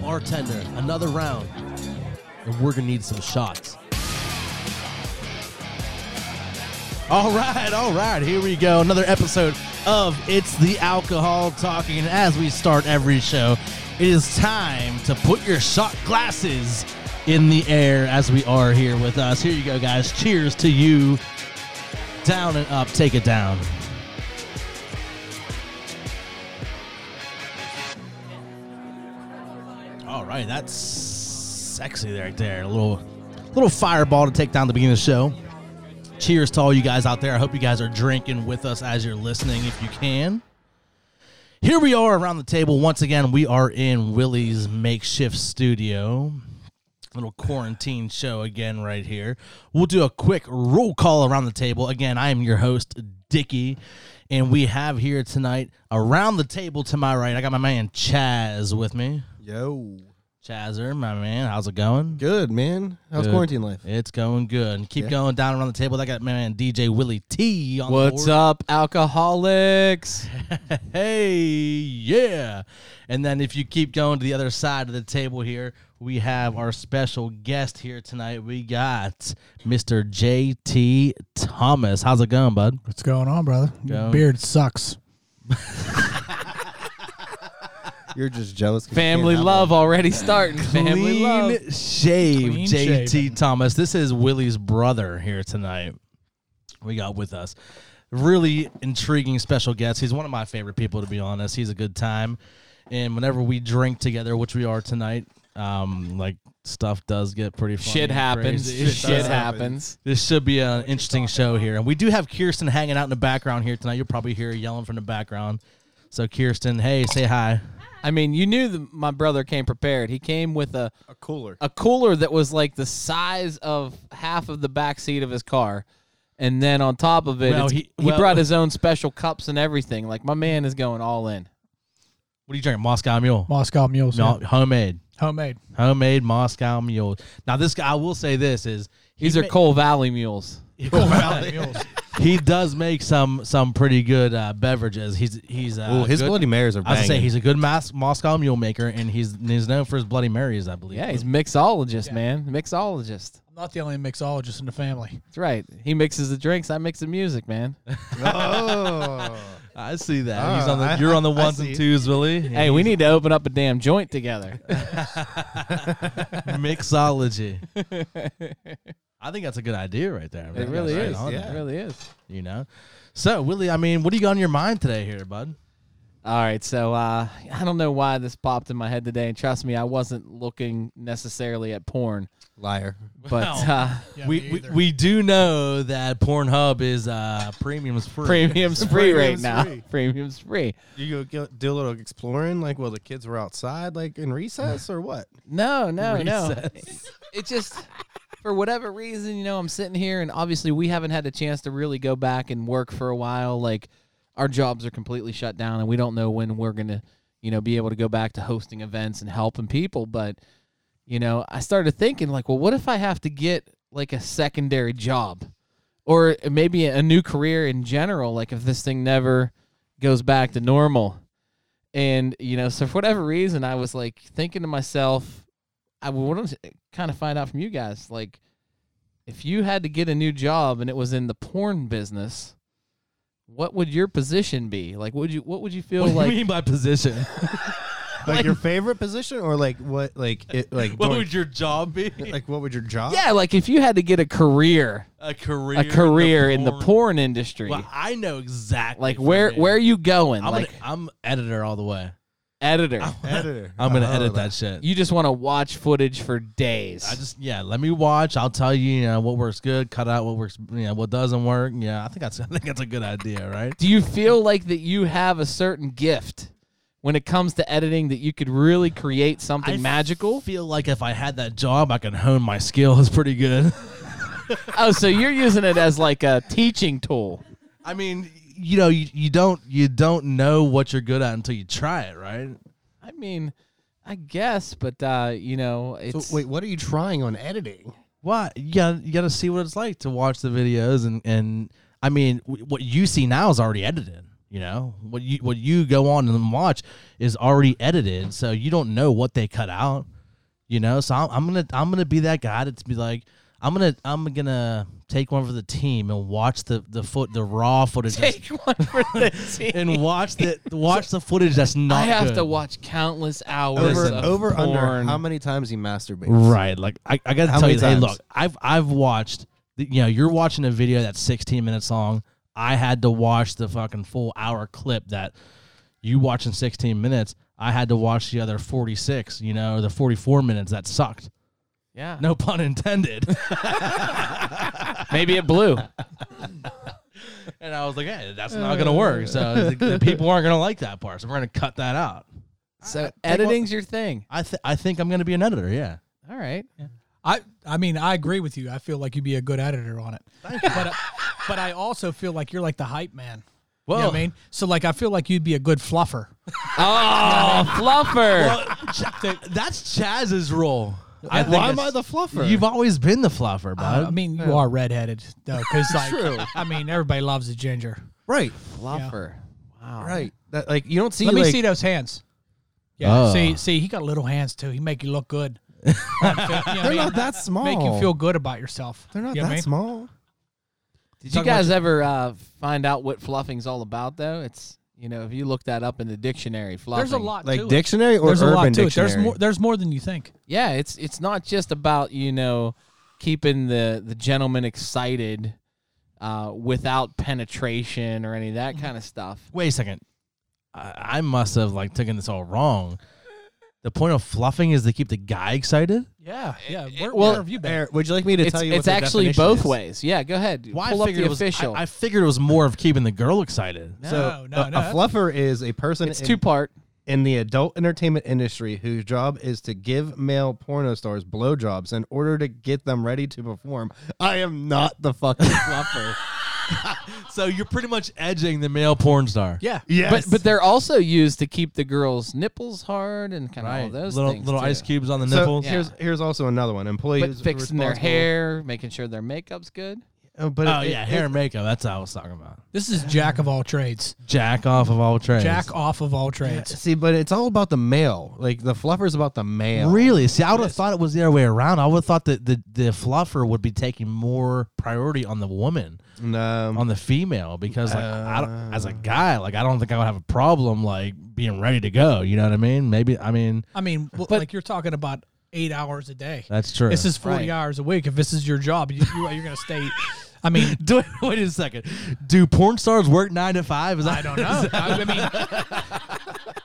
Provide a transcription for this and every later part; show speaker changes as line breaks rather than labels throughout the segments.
bartender another round, and we're gonna need some shots. All right, all right, here we go. Another episode of It's the Alcohol Talking. And as we start every show, it is time to put your shot glasses in the air as we are here with us. Here you go, guys. Cheers to you. Down and up, take it down. All right, that's sexy right there. A little, little fireball to take down the beginning of the show. Cheers to all you guys out there. I hope you guys are drinking with us as you're listening, if you can. Here we are around the table once again. We are in Willie's makeshift studio. Little quarantine show again, right here. We'll do a quick roll call around the table. Again, I am your host, Dickie, and we have here tonight around the table to my right. I got my man Chaz with me.
Yo.
Chazer, my man, how's it going?
Good, man. How's
Good.
quarantine life?
It's going good. And keep
Yeah.
going down around the table. I got my man DJ Willie T on
What's
the
up, alcoholics?
board. hey, yeah. And then if you keep going to the other side of the table here, we have our special guest here tonight. We got Mr. JT Thomas. How's it going, bud?
What's going on, brother?
Go.
Your beard sucks.
You're just jealous. 'cause you can't
Family
have
love already starting. Family
Clean
love.
shave,
Clean
JT
shaven.
Thomas. This is Willie's brother here tonight. We got with us really intriguing special guest. He's one of my favorite people, to be honest. He's a good time, and whenever we drink together, which we are tonight, um, like stuff does get pretty funny
Shit
and
happens.
crazy.
Shit,
does
happens.
This should be an interesting show here. And we do have Kirsten hanging out in the background here tonight. You'll probably hear her yelling from the background. So, Kirsten, hey, say hi.
I mean, you knew that my brother came prepared. He came with a,
A cooler.
a cooler that was like the size of half of the back seat of his car. And then on top of it,
Well,
it's-
he-
he,
well-
brought his own special cups and everything. Like, my man is going all in.
What are you drinking? Moscow Mule.
Moscow mules.
Mule-
yeah.
Homemade.
Homemade.
Homemade Moscow mule. Now this guy, I will say this is he
These are
ma-
Coal Valley mules.
he does make some some pretty good uh, beverages. He's he's uh,
Ooh, his
good,
Bloody Marys
I
are
was
banging.
gonna say he's a good Mas- Moscow mule maker, and he's he's known for his Bloody Marys, I believe.
Yeah, he's mixologist,
Yeah.
man. Mixologist.
I'm not the only mixologist in the family.
That's right. He mixes the drinks. I mix the music, man.
oh.
I see that.
Ah,
he's on the,
I-
you're on the
I
ones and
see.
twos, Willie.
Hey, we need to open up a damn joint together.
mixology. I think that's a good idea right there.
It really
Right
is.
on
yeah.
It
there,
really is.
You know. So Willie, I mean, what do you got on your mind today, here, bud?
All right, so uh, I don't know why this popped in my head today, and trust me, I wasn't looking necessarily at porn,
Liar.
but
Well,
uh,
Yeah,
we,
me
we,
either.
we do know that Pornhub is uh, premiums free.
premium's free right
Premium's
now.
free.
Premium's free.
You go go do a little exploring, like while the kids were outside, like in recess or what?
No, no, no.
Recess.
It just for whatever reason, you know, I'm sitting here, and obviously we haven't had a chance to really go back and work for a while. Like our jobs are completely shut down, and we don't know when we're gonna, you know, be able to go back to hosting events and helping people. But you know, I started thinking like, well, what if I have to get like a secondary job, or maybe a new career in general? Like if this thing never goes back to normal, and you know, so for whatever reason, I was like thinking to myself, I want to kind of find out from you guys, like, if you had to get a new job and it was in the porn business, what would your position be? Like, would you what would you feel
What
like?
do you mean by position?
Like your favorite position or like what? Like it? Like
what
during-
would your job be?
like what would your job?
Yeah, like if you had to get a career
A career.
a career in the porn industry.
Well, I know exactly.
like
for
where
me.
where are you going?
I'm
like
gonna, I'm editor all the way.
editor.
Editor.
I'm gonna
Oh,
edit that shit.
You just want to watch footage for days.
I just yeah. Let me watch. I'll tell you, you know, what works good. Cut out what works. You know, what doesn't work. Yeah, I think that's I think that's a good idea, right?
Do you feel like that you have a certain gift when it comes to editing that you could really create something
I
magical?
feel like if I had that job, I could hone my skills pretty good.
oh, so you're using it as like a teaching tool.
I mean, you know, you, you don't you don't know what you're good at until you try it, right?
I mean, I guess, but uh, you know,
So
it's
wait, what are you trying on editing?
Why you gotta you gotta see what it's like to watch the videos and and I mean w- what you see now is already edited. You know what you what you go on and watch is already edited, so you don't know what they cut out. You know, so I'm, I'm gonna I'm gonna be that guy that's be like I'm gonna I'm gonna take one for the team and watch the the foot the raw footage that's-
Take one for the team.
and watch the watch the footage that's not.
I have
good.
to watch countless hours
Over,
of
over under.
porn.
How many times he masturbates?
Right. Like I, I gotta
How
tell
many
you, hey,
times?
look, I've I've watched the- you know, you're watching a video that's sixteen minutes long. I had to watch the fucking full hour clip that you watching sixteen minutes. I had to watch the other forty six, you know, or the forty four minutes that sucked.
yeah,
No pun intended.
maybe it blew.
and I was like, hey, that's not gonna work. So the, the people aren't gonna like that part. So we're gonna cut that out.
So editing's your thing.
I th- I think I'm gonna be an editor. Yeah.
All right.
I I mean I agree with you. I feel like you'd be a good editor on it. But I, but I also feel like you're like the hype man. you know what I mean, so like I feel like you'd be a good fluffer.
Oh, fluffer.
Ch- that's Chaz's role. I think
Why am I
it's-
the fluffer?
You've always been the fluffer,
Uh,
bud.
I mean, you are redheaded though, because like I mean, everybody loves a ginger.
right,
fluffer. Wow.
right. That like you don't see.
Let me
like-
see those hands. Yeah,
Oh.
see, see, he got little hands too. He make you look good. You know what I
They're
mean?
not that small.
Make you feel good about yourself.
They're not
You know
that
what I mean?
small.
Did you guys ever uh, find out what fluffing's all about? Though it's you know if you look that up in the dictionary, fluffing.
There's a lot to
Like
it.
dictionary or
There's
urban
a lot to
dictionary.
it. There's more. There's more than you think.
Yeah, it's it's not just about you know keeping the the gentleman excited uh, without penetration or any of that kind of stuff.
Wait a second. I, I must have like taken this all wrong. The point of fluffing is to keep the guy excited.
Yeah, yeah. Where,
well,
where have you been?
Eric, would you like me to
It's,
tell you?
it's
what the
actually
definition
both
is?
ways. Yeah, go ahead.
Why
Pull
I
up
figured
the
it was, I-
official.
I, figured it was more of keeping the girl excited.
No.
So
No, no,
a,
no,
a
that's-
fluffer is a person
it's
in,
two part.
in the adult entertainment industry whose job is to give male porno stars blowjobs in order to get them ready to perform. I am not the fucking fluffer.
So you're pretty much edging the male porn star.
Yeah,
Yes,
But but they're also used to keep the girls' nipples hard and kind of all
Right.
Oh, those
little
things.
little
too.
ice cubes on the
so
nipples.
here's here's also another one.
But
Employees
fixing their
responsible-
hair, making sure their makeup's good.
Oh, but
Oh
it-
yeah,
it-
hair and makeup. That's what I was talking about.
this is jack of all trades.
Jack off of all trades.
Jack off of all trades.
See, but it's all about the male. Like the fluffer's about the male.
Really? See, I would have thought it was the other way around. I would have thought that the, the fluffer would be taking more priority on the woman,
No.
on the female, because like I don't, as a guy, like I don't think I would have a problem like being ready to go. You know what I mean? Maybe I mean
I mean, well, like you're talking about eight hours a day.
that's true.
This is 40
Right.
hours a week. If this is your job, you, you, you're going to stay. I mean,
Do, wait a second. Do porn stars work nine to five? Is that,
I don't know. I, I mean,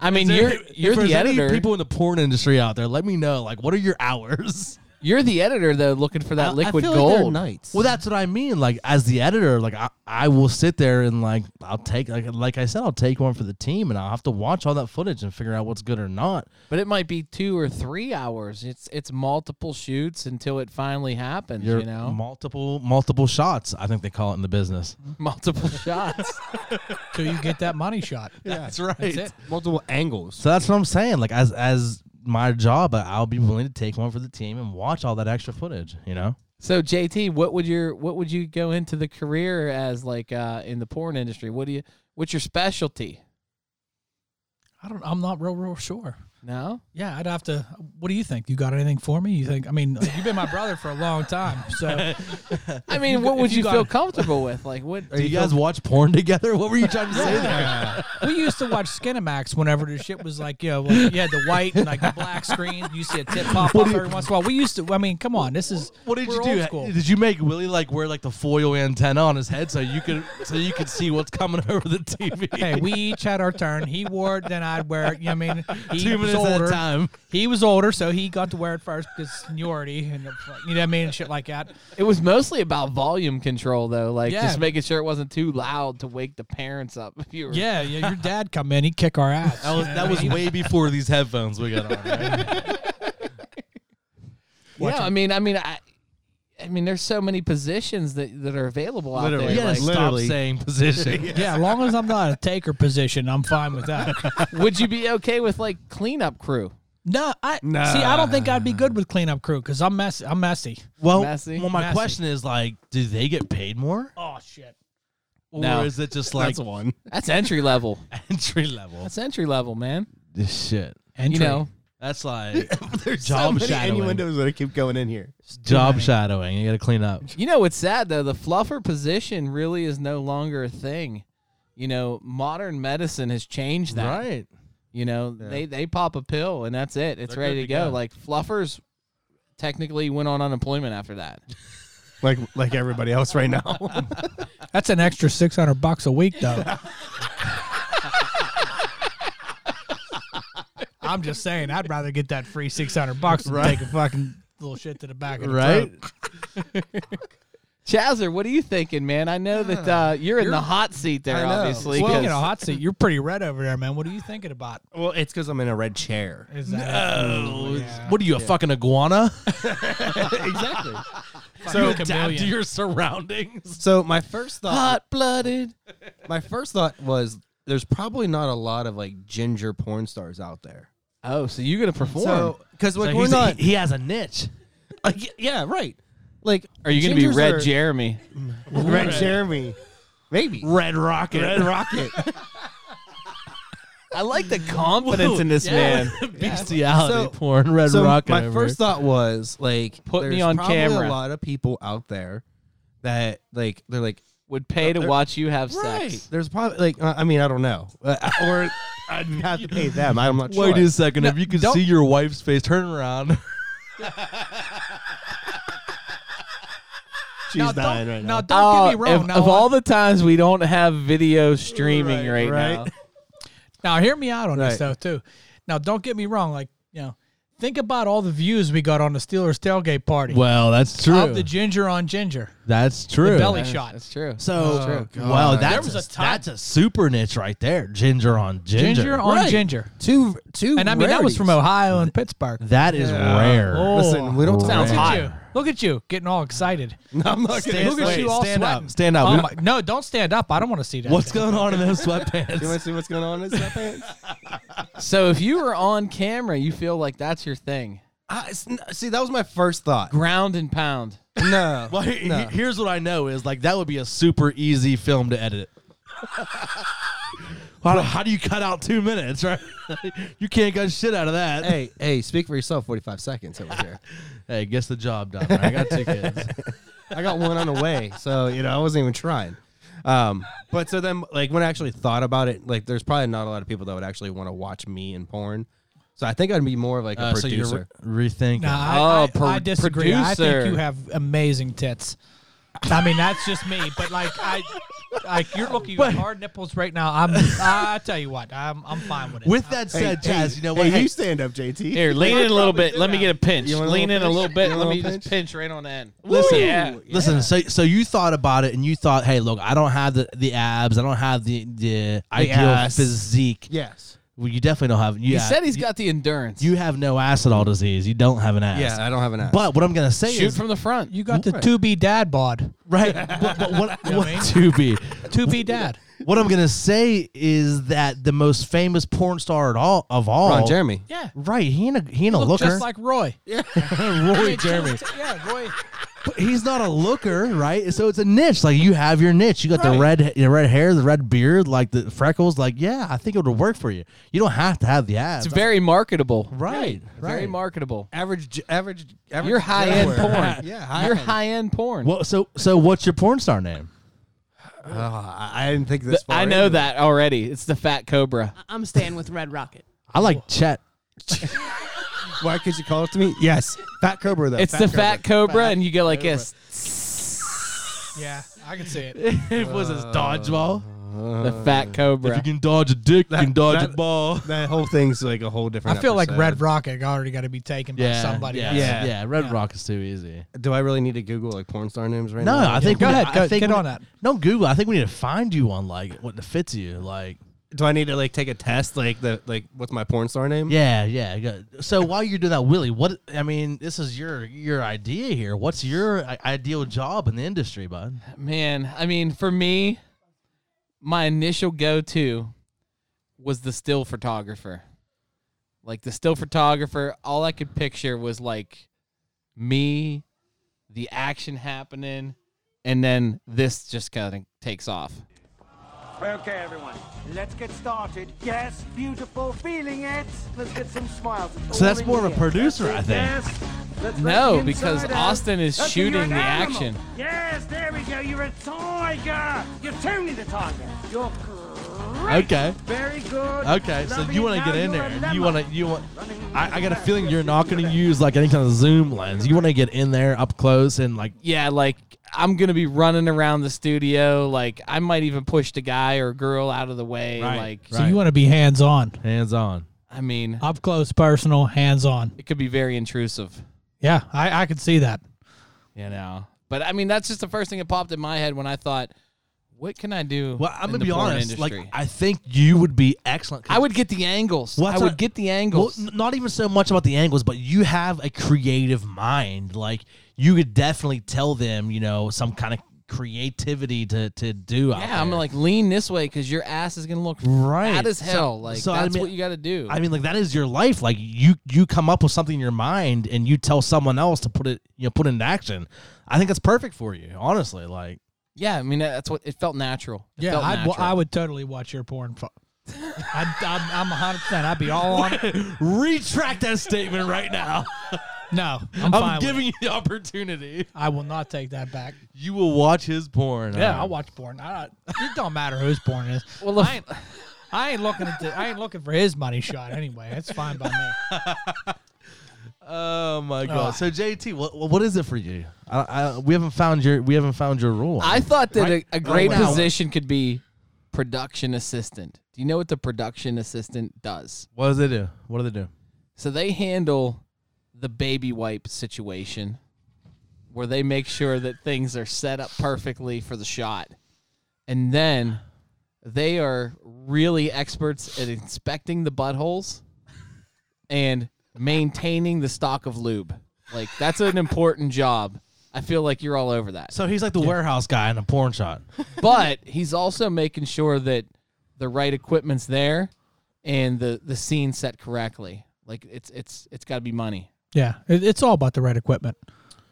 I mean,
is
you're
there-
you're
if there's
the
any
editor.
People in the porn industry out there, let me know. Like, what are your hours?
you're the editor though, looking for that liquid gold.
nights.
Well, that's what I mean. Like as the editor, like I, I will sit there and like I'll take like like I said, I'll take one for the team, and I'll have to watch all that footage and figure out what's good or not.
But it might be two or three hours. It's it's multiple shoots until it finally happens.
Your
you know,
multiple multiple shots. I think they call it in the business.
multiple shots.
so you get that money shot.
That's right.
it.
multiple angles.
So that's what I'm saying. Like as as my job, I- I'll be willing to take one for the team and watch all that extra footage. You know.
So JT, what would your what would you go into the career as like uh, in the porn industry? What do you what's your specialty?
I don't, I'm not real, real sure.
No,
Yeah, I'd have to. What do you think? You got anything for me? You think? I mean, like, you've been my brother for a long time, so
I mean,
you
what
go-
would
if you
you,
got-
feel comfortable with? Like what?
Do you, guys watch porn together? What were you trying to say there?
we used to watch Skinamax whenever the shit was like, you know, like, you had the white and like the black screen. You see a tip pop up every once in a while. We used to. I mean, come on, this is
What did
we're
you do?
old school.
Did you make Willie like wear like the foil antenna on his head so you could so you could see what's coming over the TV?
Hey, we each had our turn. He wore it, then I'd wear it. You know what I mean, he
Two minutes
was
at
older.
a time.
He was older, so he got to wear it first because seniority, and you know what I mean, and shit like that.
It was mostly about volume control though, like
Yeah.
just making sure it wasn't too loud to wake the parents up. If you were
Yeah, yeah. Your dad come in, he kick our ass.
That was that was way before these headphones we got on. Right?
yeah. I mean, I mean, I, I mean, there's so many positions that that are available out
Literally.
You
there.
gotta
Like,
stop
Literally.
saying position.
Yeah, as long as I'm not a taker position, I'm fine with that.
would you be okay with like cleanup crew?
No, I
Nah.
see. I don't think I'd be good with cleanup crew because I'm messy. I'm messy.
Well,
Messy.
well, my
Messy.
question is like, do they get paid more?
Oh shit!
or
No.
is it just like
That's one.
That's entry level.
entry level?
That's entry level, man.
This shit.
Entry.
You know,
That's like
There's
Job
so many
shadowing.
innuendos that keep going in here.
job shadowing. You got to clean up.
you know what's sad though? The fluffer position really is no longer a thing. You know, modern medicine has changed that.
Right.
You know, they they pop a pill and that's it. It's
They're good
ready to
to
go.
go.
Like fluffers technically went on unemployment after that.
Like like everybody else right now.
That's an extra six hundred bucks a week, though. I'm just saying, I'd rather get that free six hundred bucks than
Right.
take a fucking little shit to the back of the
Right.
throat.
Chazzer, what are you thinking, man? I know that uh, you're, in the hot seat there,
I know.
obviously.
Speaking
'cause-
of hot seat, you're pretty red over there, man. What are you thinking about?
well, it's because I'm in a red chair.
Is that
Oh,
Yeah.
What are you, a fucking iguana?
exactly.
you
so
adapt to
chameleon.
your surroundings.
so my first thought
hot blooded.
my first thought was there's probably not a lot of like ginger porn stars out there.
Oh, so you're gonna perform?
So because like, we're
he's a-
not
he has a niche.
Uh, y- yeah, right. Like,
are you gonna be
gingers
Red
are-
Jeremy?
Red Jeremy? Maybe
Red Rocket.
Red Rocket.
I like the confidence in this man.
Bestiality
So-
porn. Red
so
Rocket.
my
over.
first thought was like,
Put me
there's
on
probably
camera.
A lot of people out there that like they're like
Would pay to
They're-
watch you have
right.
sex.
There's probably like uh, I mean I don't know Uh, or I'd have to pay them. I'm not sure.
Wait a second. if you can
don't-
see your wife's face, turn around.
She's dying right
now,
now.
don't
Oh,
get me wrong.
Uh, if,
now,
of
I-
all the times we don't have video streaming right,
Right,
now,
right.
Now hear me out on
Right.
this though too. Now don't get me wrong, like you know, think about all the views we got on the Steelers tailgate party
Well, that's true.
of the ginger on ginger,
that's true.
the belly
Yeah,
shot.
That's true.
So,
Oh,
well,
God.
that's
There was
a,
a time-
that's a super niche right there. Ginger on ginger.
Ginger, on
Right.
ginger,
two two.
and I mean that was from
rarities.
Ohio and Pittsburgh.
That is
Yeah.
rare.
Oh,
Listen, we don't
Sounds
talk
look
about
hot.
at you, look at you, getting all excited.
No, I'm not
Stand-
gonna
Look at
wait,
you all
stand
sweating.
up. Stand up.
Oh
We-
my, no, don't stand up. I don't want to see that.
What's going on in those
You
sweatpants?
want to see what's going on in his sweatpants?
So if you were on camera, you feel like that's your thing.
I, it's n- see, that was my first thought.
Ground and pound.
No,
Well, he-
no.
he- here's what I know is like that would be a super easy film to edit. how, do, how do you cut out two minutes, right? you can't cut shit out of that. Hey,
hey, hey, speak for yourself. Forty-five seconds over here.
gets the job done. I got two kids.
I got one on the way, so you know I wasn't even trying. Um, but so then, like when I actually thought about it, like there's probably not a lot of people that would actually want to watch me in porn. So I think I'd be more of like a
Uh, so
producer.
you're re- rethinking.
Nah,
Oh,
I, I, I
pro-
disagree. I
producer.
think you have amazing tits. I mean, that's just me, but like I, like you're looking at hard nipples right now. I'm, I tell you what, I'm, I'm fine with it.
With that said, Chaz, you know what? Hey,
stand up, JT.
Here, lean in a little bit. Let me get a pinch.
You want a
Lean in
little
a little
pinch?
bit.
You
Let
want a
me
little
just
pinch?
pinch right on the end.
Listen,
Yeah.
listen. So, so you thought about it, and you thought, "Hey, look, I don't have the, the abs. I don't have the the, ideal
ass.
physique.
Yes.
Well, you definitely don't have. You
He
have-
said he's
you,
got the endurance.
You have no acid all disease. You don't have an ass.
Yeah, I don't have an ass.
But what I'm gonna say
shoot
is
from the front.
You got the to be dad bod.
right. but, but what,
know
what-
what I mean?
to be?
To be dad.
What I'm gonna say is that the most famous porn star at all of all,
Ron Jeremy.
Yeah.
Right? He ain't a he ain't a
Look
looker.
just like Roy.
Roy Jeremy.
Yeah, Roy.
But he's not a looker, right? So it's a niche. Like you have your niche. You got the red, the red hair, the red beard, like the freckles. Like yeah, I think it would work for you. You don't have to have the abs.
It's very marketable.
right, right.
Very marketable.
Average, j- average, average.
You're high end
Delaware.
porn.
Yeah, high
You're
end.
high end porn.
well, so so what's your porn star name?
Oh, I I didn't think this.
Th- I
far
know
into it.
that already. It's the Fat Cobra.
I'm staying with Red Rocket.
I like Chet.
Why could you call it to me? Yes, Fat Cobra though.
It's the Fat Cobra, and you go like this.
Yeah, I can see it.
it was his
Uh,
dodgeball.
The
If
Fat
you
Cobra.
can dodge a dick, you can dodge a
that-
ball.
That whole thing's like a whole
I
different.
feel like
episode.
Red Rocket already got to be taken by somebody.
yeah,
else.
yeah,
Yeah.
Red Rock is too easy.
Do I really need to Google like porn star names right
No,
now?
I think
go
we-
ahead,
I
go-
think
get
we-
on that.
Don't Google. I think we need to find you on like what that fits you. Like
Do I need to like take a test? Like the like what's my porn star name?
yeah, yeah. go- So while you're doing that, Willie, what I mean, this is your your idea here. What's your i- ideal job in the industry, bud?
Man, I mean, for me, my initial go to was the still photographer. Like the still photographer, all I could picture was like me, the action happening, and then this just kind of takes off.
Okay, everyone, let's get started. Yes, beautiful, feeling it. Let's get some smiles. It's
So that's
all in
more of a
here.
producer, I think.
Yes. Let's
No,
let the
because
inside
Austin is
Let's see, you're
shooting
an
the
animal.
action.
Yes, there we go. You're a tiger. You're Tony the tiger. You're great.
Okay.
Very good.
Okay, so
Lovely.
you want
Now
to get in
you're a
there? You
lemon.
want to? You want?
Running
I, I got a
back.
feeling you're
Yes,
not
you
going to
got
use like any kind of zoom lens. You want to get in there up close and like
yeah, like I'm gonna be running around the studio. Like I might even push the guy or girl out of the way.
Right,
Like
right.
So you want to be hands on,
hands on.
I mean,
up close, personal, hands on.
it could be very intrusive,
Yeah, I, I could see that.
you know. But I mean, that's just the first thing that popped in my head when I thought, what can I do?
Well, I'm
in
gonna
the
be
porn
honest. Like,
industry?
I think you would be excellent. 'cause-
I would get the angles.
Well,
I
that's
would
what-
get the
Well,
angles.
n- not even so much about the angles, but you have a creative mind. Like you could definitely tell them, you know, some kind of creativity to to do. out
yeah, I'm
there.
like lean this way because your ass is gonna look
Right.
fat as
So-
hell. like
so I
that's
mean-
what you got to do.
I mean, like that is your life. Like you, you come up with something in your mind, and you tell someone else to put it, you know, put it into action. I think that's perfect for you, honestly. Like,
yeah, I mean that's what it felt natural. It
Yeah,
felt
I'd,
natural.
well, I would totally watch your porn. Fo- I'd, I'm, I'm 100. percent I'd be all on. it.
retract that statement right now.
No, I'm, fine.
I'm
with it.
giving you the opportunity.
I will not take that back.
You will watch his porn.
Yeah,
huh?
I watch porn. I don't, it don't matter whose porn it is.
Well, look-
I ain't, I ain't looking at the, I ain't looking for his money shot anyway. That's fine by me.
Oh my god.
Ugh.
So JT, what what is it for you? I, I, we haven't found your we haven't found your rule.
I thought that
Right?
a, a great
Oh, wow.
position could be production assistant. Do you know what the production assistant does?
what do they do? What do they do?
So they handle the baby wipe situation where they make sure that things are set up perfectly for the shot. And then they are really experts at inspecting the buttholes and maintaining the stock of lube. Like that's an important job. I feel like you're all over that.
So he's like the warehouse guy in a porn shot.
but he's also making sure that the right equipment's there and the the scene set correctly. Like it's it's it's got to be money.
Yeah, it, it's all about the right equipment.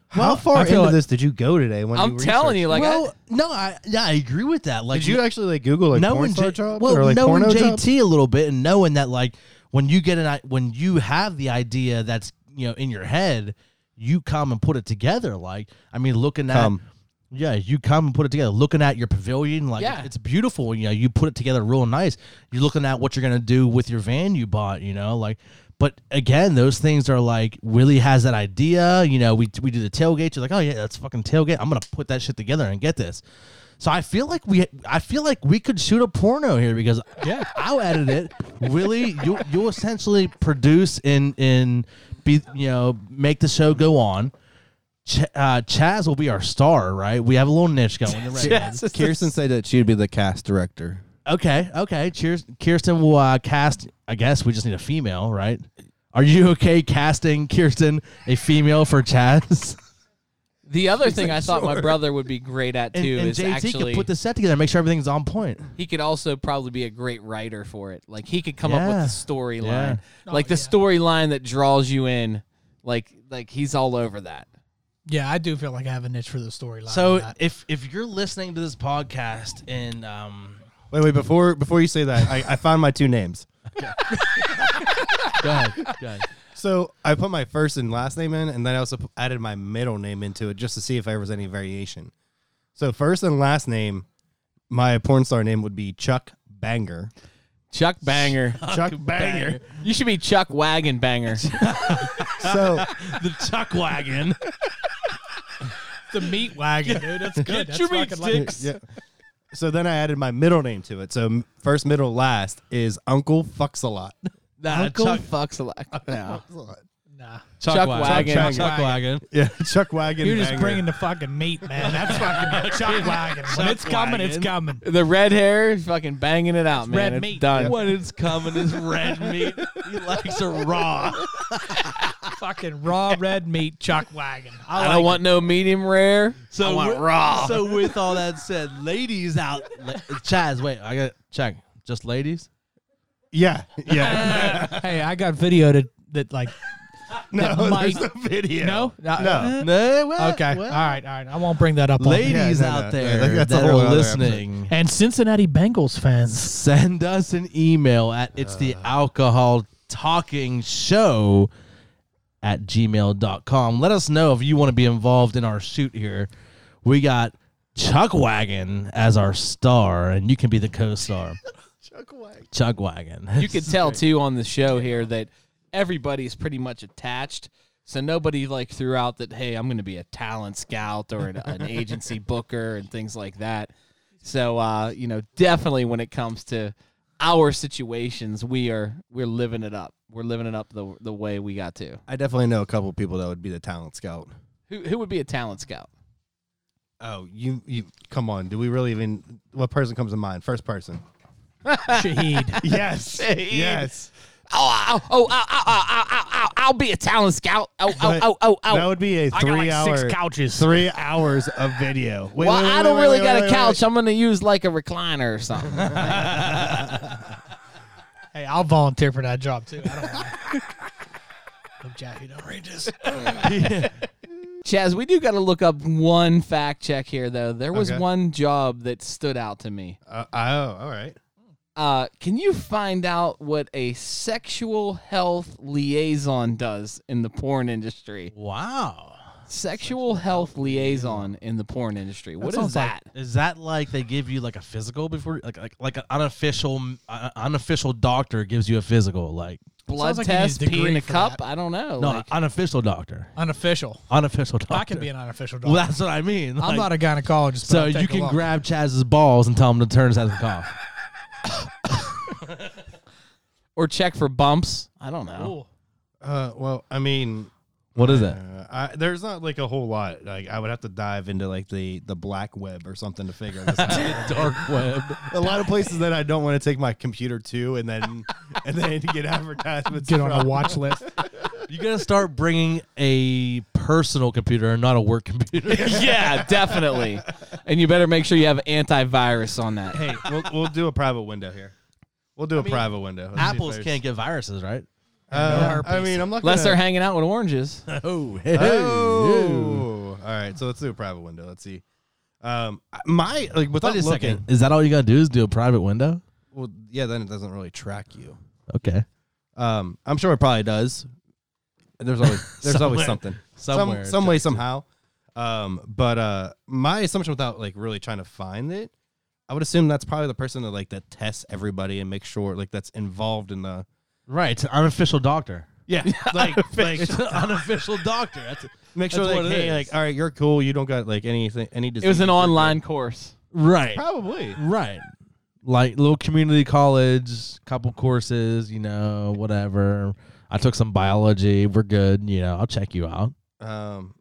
How far
I
into
feel like-
this did you go today? When
I'm telling you, like
well, no, I yeah, I agree with that. Like
did you actually like Google like porn
knowing
star
J-
jobs
well,
or like
knowing
porno
JT
jobs?
a little bit and knowing that like when you get an i- when you have the idea that's you know in your head, you come and put it together. Like I mean, looking at
Come.
yeah, you come and put it together. Looking at your pavilion, like
Yeah.
it's beautiful. You know, you put it together real nice. You're looking at what you're gonna do with your van you bought. You know, like. But again, those things are like Willie has that idea. You know, we we do the tailgate. You're like, oh yeah, that's fucking tailgate. I'm gonna put that shit together and get this. So I feel like we I feel like we could shoot a porno here because yeah, I'll edit it. Willie, you you'll essentially produce and and be you know make the show go on. Ch- uh, Chaz will be our star, right? We have a little niche going. The Red Man.
Kirsten said that she'd be the cast director.
Okay, okay. Cheers. Kirsten will uh, cast. I guess we just need a female, right? Are you okay casting Kirsten a female for Chaz?
the other thing I thought my brother would be great at
And,
too
and
is
JT
actually Uh,
can put the set together, and make sure everything's on point.
he could also probably be a great writer for it. Like he could come up
Yeah.
with the storyline,
Yeah.
like the storyline that draws you in. Like like he's all over that.
Yeah, I do feel like I have a niche for the storyline. on
So
that.
if if you're listening to this podcast and um
Wait, wait, before before you say that, I, I found my two names.
go ahead, go ahead.
So I put my first and last name in, and then I also p- added my middle name into it just to see if there was any variation. So first and last name, my porn star name would be Chuck Banger.
Chuck Banger.
Chuck Banger.
you should be Chuck Wagon Banger.
so
the chuck wagon.
the meat wagon, dude, that's good. That's
your
fucking like-
meat sticks.
yeah. So then I added my middle name to it. So m- first, middle, last is Uncle Fucks a lot.
Nah,
Uncle
chuck,
fucks a lot. No.
Nah,
chuck,
Chuck
wagon.
wagon.
Chuck,
Chuck
wagon.
Yeah, Chuck Wagon.
you're just
Banger.
bringing the fucking meat, man. That's fucking chuck wagon. When
Chuck
it's coming, it's
wagon.
coming.
The red hair, fucking banging it out, man.
red
It's
meat.
done.
When it's coming is red meat. He likes it raw.
fucking raw red meat chuck wagon. I,
I
like
don't want no medium rare.
So
I want
with-
raw.
So with all that said, ladies out. La- Chaz, wait, I got check. Just ladies.
Yeah, yeah.
it. Hey, I got video to, that like
No,
that might-
there's no video.
No? No.
no.
No, what?
Okay.
What?
All right. All right. I won't bring that up. on here.
Uh, Ladies
Yeah, no,
out
no.
there
Yeah, that's a
that
whole
are
other
listening,
And Cincinnati Bengals fans.
send us an email
Uh.
at it's the alcohol talking show at gmail.com. Let us know if you want to be involved in our shoot here. We got Chuck Wagon as our star, and you can be the co star. Chuck Wagon. Chuck Wagon.
You could tell too on the show here that everybody's pretty much attached. So nobody like threw out that hey, I'm going to be a talent scout or an, an agency booker and things like that. So uh, you know, definitely when it comes to our situations, we are we're living it up. We're living it up the the way we got to.
I definitely know a couple people that would be the talent scout.
Who who would be a talent scout?
Oh, you, you come on. Do we really even? What person comes to mind? First person.
Shaheed.
Yes. yes.
Oh, oh, oh, oh, oh, oh, oh, oh, oh, I'll be a talent scout. Oh, oh,
But
oh, oh, oh.
That would be a three hour.
couches.
Three hours of video. Wait,
well,
wait, wait,
I don't
wait,
really
wait,
got
wait,
a
wait,
couch.
wait.
I'm going to use like a recliner or something.
hey, I'll volunteer for that job too. I don't mind. I'm Jackie. Don't read this.
Chaz, we do got to look up one fact check here, though. There was
Okay.
one job that stood out to me.
Uh, oh, all right.
Uh, can you find out what a sexual health liaison does in the porn industry?
Wow.
Sexual health liaison in the porn industry. What is
sounds like-
that?
Is that like they give you like a physical before, like like, like an unofficial uh, unofficial doctor gives you a physical, like
Blood
like you need a
test, pee in
degree
a
for
cup?
that.
I don't know.
no
like,
unofficial doctor,
Unofficial.
unofficial doctor.
I can be an unofficial doctor.
Well, that's what I mean.
I'm not a gynecologist. But
So
I'll take
you
a
can
look.
grab Chaz's balls and tell him to turn his head and cough.
or check for bumps. I don't know.
Ooh.
Uh, well, I mean,
What is
uh,
it?
I, there's not like a whole lot. Like, I would have to dive into like the the black web or something to figure this out.
Dark web.
a lot of places that I don't want to take my computer to, and then and then get advertisements.
Get on a
from.
watch list.
You gotta start bringing a personal computer and not a work computer.
yeah, definitely. And you better make sure you have antivirus on that.
Hey, we'll we'll do a private window here. We'll do a private window. Let's see if
Apples
there's-
can't get viruses, right?
Uh, I mean, I'm not.
Unless they're
gonna,
hanging out with oranges.
Oh,
Oh, all right. So let's do a private window. Let's see. Um, my like without
Wait a
looking.
second. Is that all you gotta do is do a private window?
Well, yeah. Then it doesn't really track you.
Okay.
Um, I'm sure it probably does. There's always there's always something
Somewhere.
some, some way somehow. Um, but uh, my assumption without like really trying to find it, I would assume that's probably the person that like that tests everybody and make sure like that's involved in the
Right. It's an unofficial doctor.
yeah like like
It's an unofficial doctor. That's
make sure
That's
like
what it
hey
is.
like all right you're cool you don't got like anything any disease
It was an online course.
right.
probably
Right. Like little community college, couple courses, you know, whatever. I took some biology. We're good. You know, I'll check you out.
um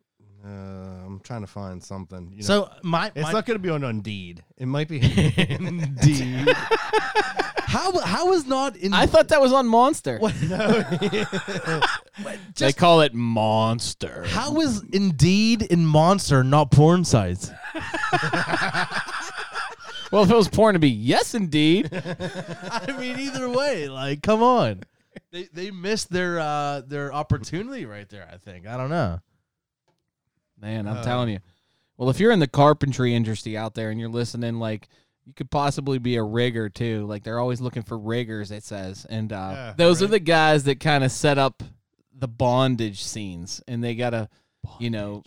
uh, I'm trying to find something you know.
So my,
it's
my
not gonna be on Indeed it might be
indeed. how how is not in?
I thought that was on Monster. they call it Monster.
how is Indeed in Monster not porn sites?
Well, if it was porn, to be yes, indeed.
I mean, either way, like, come on, they they missed their uh their opportunity right there. I think I don't know.
Man,
Uh.
I'm telling you. Well, if you're in the carpentry industry out there and you're listening, like you could possibly be a rigger too. Like they're always looking for riggers. It says, and uh,
Yeah,
those are
right.
the guys that kind of set up the bondage scenes, and they gotta, you know,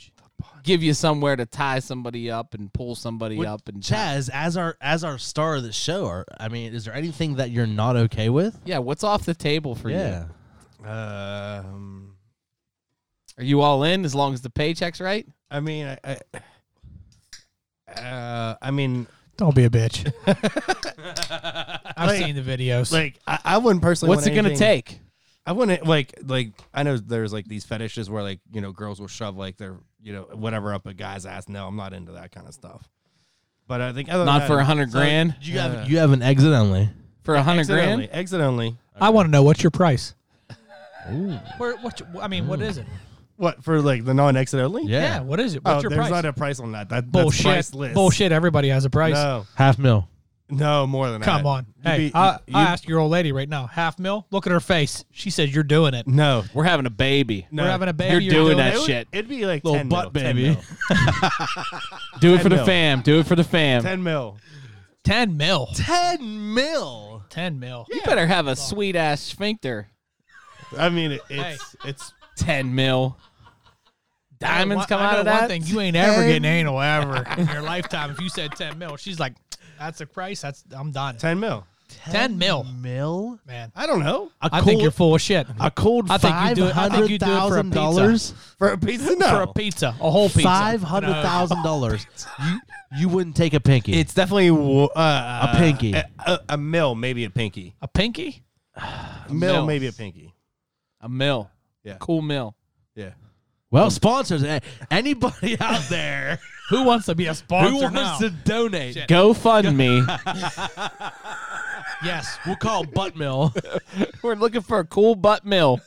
give you somewhere to tie somebody up and pull somebody
Would-
up and tie-
Chaz, as our as our star of the show, are, I mean, is there anything that you're not okay with?
Yeah, what's off the table for you?
um
Are you all in as long as the paycheck's right?
I mean, I, I, uh, I mean,
Don't be a bitch. I've seen the videos.
like I, I wouldn't personally.
What's
want
it gonna
anything-
take?
I wouldn't like like I know there's like these fetishes where like you know girls will shove like their you know whatever up a guy's ass. No, I'm not into that kind of stuff. But I think other than
Not
that,
for a hundred grand.
You have you have an exit only.
For a hundred
exit
grand.
only, exit only.
I want to know what's your price. Where, what, I mean, what is it?
What for like the non-exit only?
Yeah.
Yeah, what is it?
Oh,
What's your
there's
price?
not a price on that. That that's
Bullshit.
priceless.
Bullshit. Everybody has a price.
No.
Half mil.
No, more than
Come
that.
on.
You'd
Hey,
be-
I,
you-
I asked your old lady right now. Half mil. Look at her face. She says you're doing it.
No,
We're having a baby.
no.
We're having a baby.
You're doing that
It would-
shit.
It'd be like
Little
10
butt
mil, 10
baby.
mil.
Do it for the
mil.
fam. Do it for the fam.
10 mil.
Ten mil.
Ten mil.
Ten mil.
You better have a sweet ass sphincter.
I mean, it, it's it's
Ten mil. Diamonds
I know
come
one- I
out
know
of
One
that.
thing you ain't ever getting anal ever in your lifetime. If you said ten mil, she's like, that's the price. That's I'm done.
10 mil.
Ten mil.
Mil.
Man,
I don't know.
A
I think you're full of shit.
a cold
I think
five
you do it- I think you
hundred
do it for a
thousand dollars.
For a pizza? No.
For a pizza, a whole pizza.
Five hundred thousand dollars. You you wouldn't take a pinky.
It's definitely w- uh,
A pinky.
A, a, a mill, maybe a pinky.
A pinky?
A mill,
mill.
maybe a pinky.
A mill.
Yeah.
Cool mill.
Yeah.
well, sponsors. eh, Anybody out there
Who wants to be a sponsor
who wants
now?
to donate?
Shit.
Go fund me.
yes.
We'll call butt mill.
We're looking for a cool butt mill.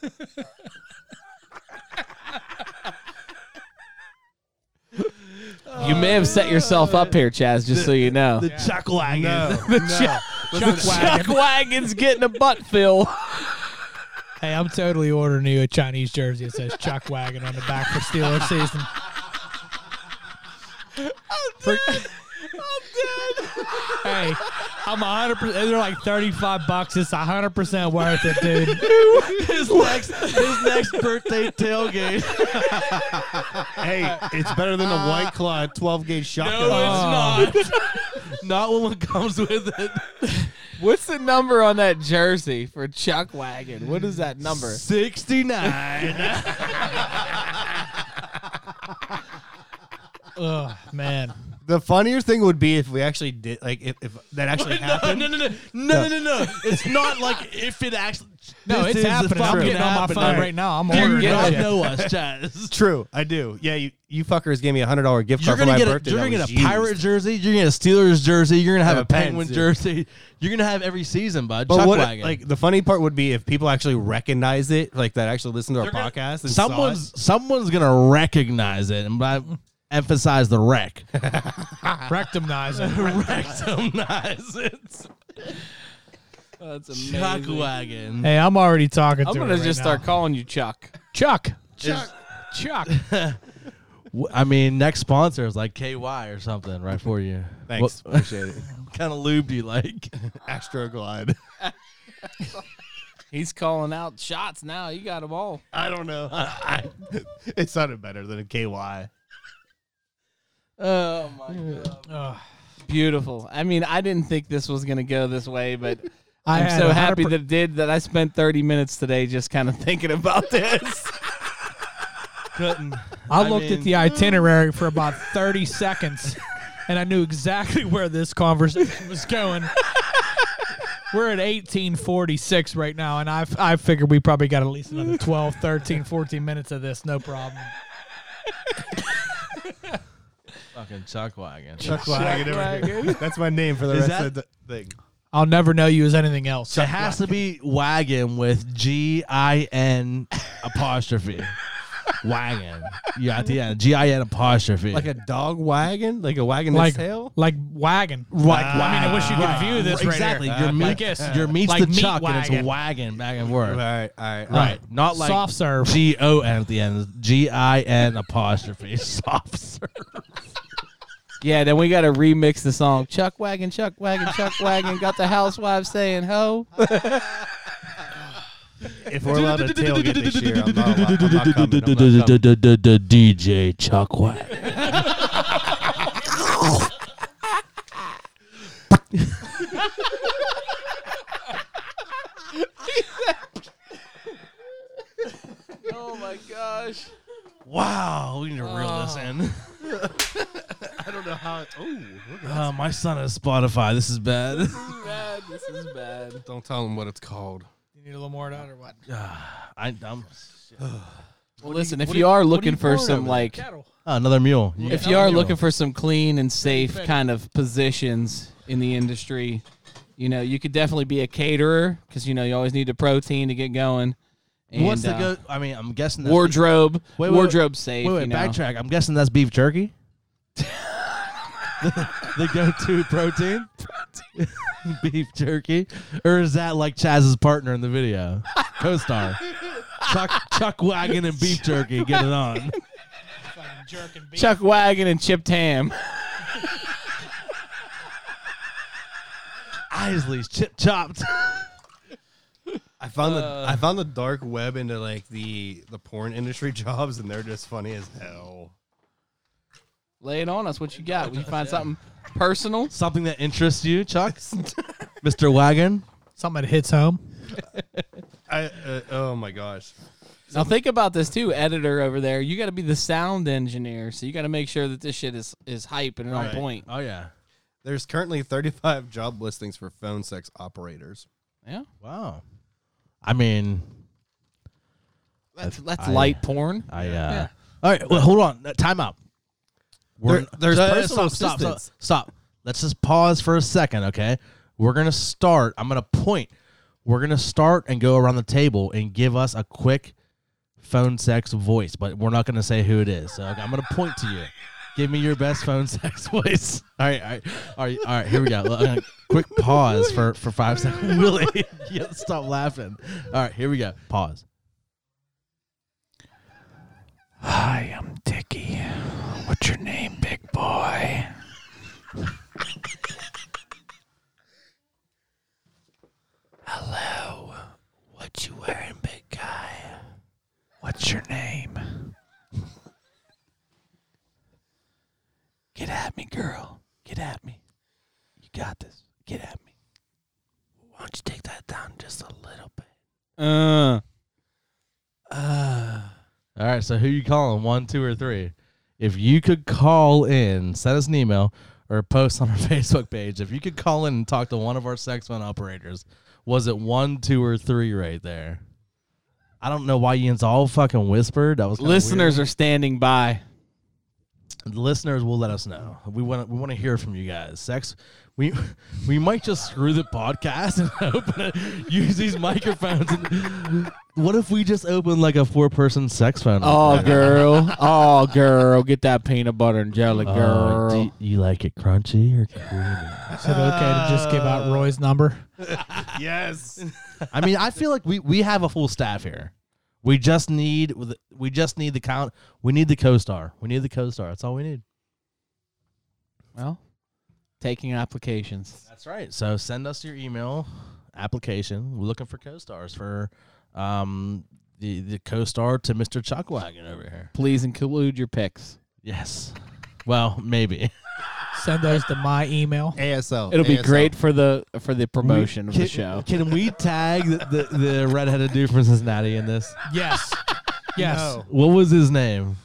you may have set yourself up here, Chaz, just so you know.
The chuckle wagon.
No. no.
Chuck
Chuck Wagon's getting a butt fill.
Hey, I'm totally ordering you a Chinese jersey that says Chuck Wagon on the back for Steelers season. For- hey, I'm 100. percent They're like 35 bucks. It's 100 percent worth it, dude.
his next his next birthday tailgate.
hey, it's better than a White Claw 12 gauge shotgun.
it's not. Not when one comes with it.
What's the number on that jersey for Chuck Wagon? What is that number?
Sixty nine.
Oh man,
The funniest thing would be if we actually did, like, if, if that actually happened.
no, no, no, no, no. It's not like if it actually.
no,
This
it's
is
happening. I'm
fucking
getting on my
happening.
phone right now. I'm
You
ordering.
do
that
not
shit.
know us, Chaz.
True, I do. Yeah, you, you fuckers gave me a hundred dollar gift
You're
card for
gonna
my
get a,
birthday.
you're
that
gonna get
was
a
used.
pirate jersey. You're gonna get a Steelers jersey. You're gonna have
Yeah,
a penguin
Pens, yeah.
jersey. You're gonna have every season, bud.
But
Chuck
what,
wagon.
like, the funny part would be if people actually recognize it, like that actually listen to our
gonna-
podcast. and saw it.
someone's someone's gonna recognize it, and I emphasize the wreck.
Rectumnizer.
Recognize it.
That's amazing.
Chuck wagon.
Hey, I'm already talking
I'm
to.
gonna
her right
just
now.
start calling you Chuck.
Chuck. Chuck. Chuck.
W- I mean, next sponsor is like KY or something, right for you.
Thanks. Appreciate it.
What kind of lube do you like?
Astroglide.
He's calling out shots now. You got them all.
I don't know. I, it sounded better than a KY.
Oh my god.
Ugh.
Beautiful. I mean, I didn't think this was gonna go this way, but
I
I'm
had
so
100%
happy that it did that I spent 30 minutes today just kind of thinking about this.
Couldn't.
I
I
looked
mean-
at the itinerary for about 30 seconds and I knew exactly where this conversation was going. We're at 1846 right now, and I, I figured we probably got at least another 12, 13, 14 minutes of this, no problem.
Fucking Chuck wagon.
Chuck Wagon.
Wagon.
That's my name for the
Is
rest
that-
of the thing.
I'll never know you as anything else.
It has to be wagon with G I N apostrophe. Wagon. Yeah, at the end. G I N apostrophe.
Like a dog wagon? Like a wagon
like,
that's tail?
like wagon.
Like,
I mean, I wish you could view this right
exactly.
here. Uh,
Your meat,
Like this.
your meat's
Like
the
meat
chuck, and it's
wagon.
a wagon back and forth.
All
Right.
right, all right, all
Not like
Soft serve.
G O N at the end. G I N apostrophe. Soft serve.
yeah, then we got to remix the song. Chuck Wagon, Chuck Wagon, Chuck Wagon. Got the housewives saying ho.
If we're allowed to tailgate this year, I'm not, allo- I'm not coming. I'm not coming.
DJ Chuck Wagon.
Oh my gosh. Oh.
Wow, we need to reel this in.
I don't know how. Oh,
Uh, my son has Spotify. This is bad.
Bad. This is bad.
don't tell him what it's called.
You need a little more of that or what?
I, I'm
Well, listen, if you are looking for some like
Cattle.
Oh, another mule. You-
If you are looking for some clean and safe kind of positions in the industry, you know, you could definitely be a caterer because, you know, you always need the protein to get going. And,
what's the
uh,
good? I mean, I'm guessing that's
Wardrobe.
Wait, wait, wait.
wardrobe safe.
Wait, wait,
you know.
backtrack. I'm guessing that's beef jerky. the, the go-to protein. beef jerky, or is that like Chaz's partner in the video, co-star? Chuck, Chuck Wagon and beef jerky, get it on.
Fucking jerking beef.
Chuck Wagon and chipped ham.
Isley's chip chopped.
I found
Uh.
the I found the dark web into like the the porn industry jobs, and they're just funny as hell.
Lay it on us. What you got? Will you find something personal?
Something that interests you, Chuck, Mister Wagon.
Something that hits home.
I uh, oh my gosh.
Now think about this too, editor over there. You got to be the sound engineer, so you got to make sure that this shit is is hype and on
Right.
point.
Oh yeah,
There's currently 35 job listings for phone sex operators.
Yeah,
wow. I mean,
that's that's
I-
light porn.
I. uh All right, well, hold on. Uh, Time out. We're,
There- there's
Uh,
personal
stop, stop,
assistance.
stop, stop. Let's just pause for a second, okay? We're gonna start. I'm gonna point. We're gonna start and go around the table and give us a quick phone sex voice, but we're not gonna say who it is. So I'm gonna point to you. Give me your best phone sex voice. All right, all right, all right. All right here we go. Look, uh, quick pause for for five seconds. Willie, you have to stop laughing. All right, here we go. Pause.
Hi, I'm Dickie. What's your name, big boy? Hello. What you wearing, big guy? What's your name? Get at me, girl. Get at me. You got this. Get at me. Why don't you take that down just a little bit?
Uh,
All right, so who you calling? One, two, or three? If you could call in, send us an email or post on our Facebook page. If you could call in and talk to one of our sex phone operators, was it one, two, or three right there? I don't know why Ian's all fucking whispered. That was kinda
listeners are standing by.
weird. Listeners will let us know. We want we want to hear from you guys. Sex, we we might just screw the podcast and open it, use these microphones. And, what if we just open like a four person sex phone? Uh,
Oh, girl. Oh, girl. Get that peanut butter and jelly, girl.
Uh, do you like it crunchy or creamy?
Is it okay to just give out Roy's number?
Yes.
I mean, I feel like we, we have a full staff here. We just need we just need the count. We need the co-star. We need the co-star. That's all we need.
well, taking applications.
That's right. So send us your email application. We're looking for co-stars for um the the co-star to Mr. Chuckwagon over here.
Please include your picks.
Yes. Well, maybe.
Send those to my email.
ASL.
It'll be
ASL.
great for the for the promotion of the show.
Can we tag the, the, the redheaded dude from Cincinnati in this?
Yes. Yes.
No.
What was his name?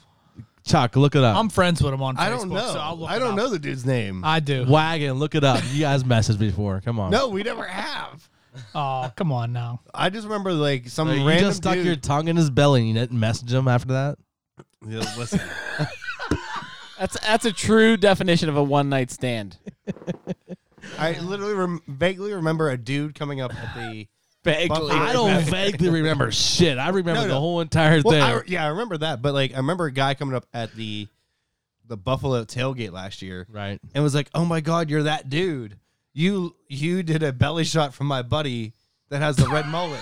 Chuck, look it up.
I'm friends with him on Facebook.
I don't know.
So I'll look
I
it
don't
up.
know the dude's name.
I do.
Wagon, look it up. You guys messaged before. Come on.
no, we never have.
Oh, come on now.
I just remember like some
So you
random
just stuck
dude.
your tongue in his belly and you didn't message him after that?
Yeah, listen.
That's that's a true definition of a one night stand.
I literally rem- vaguely remember a dude coming up at the.
Vaguely.
I
I don't vaguely remember shit. I remember
No, no.
the whole entire
Well,
thing.
I, yeah, I remember that, but like I remember a guy coming up at the the Buffalo tailgate last year,
right.
and was like, "Oh my god, you're that dude! You you did a belly shot from my buddy that has the red mullet."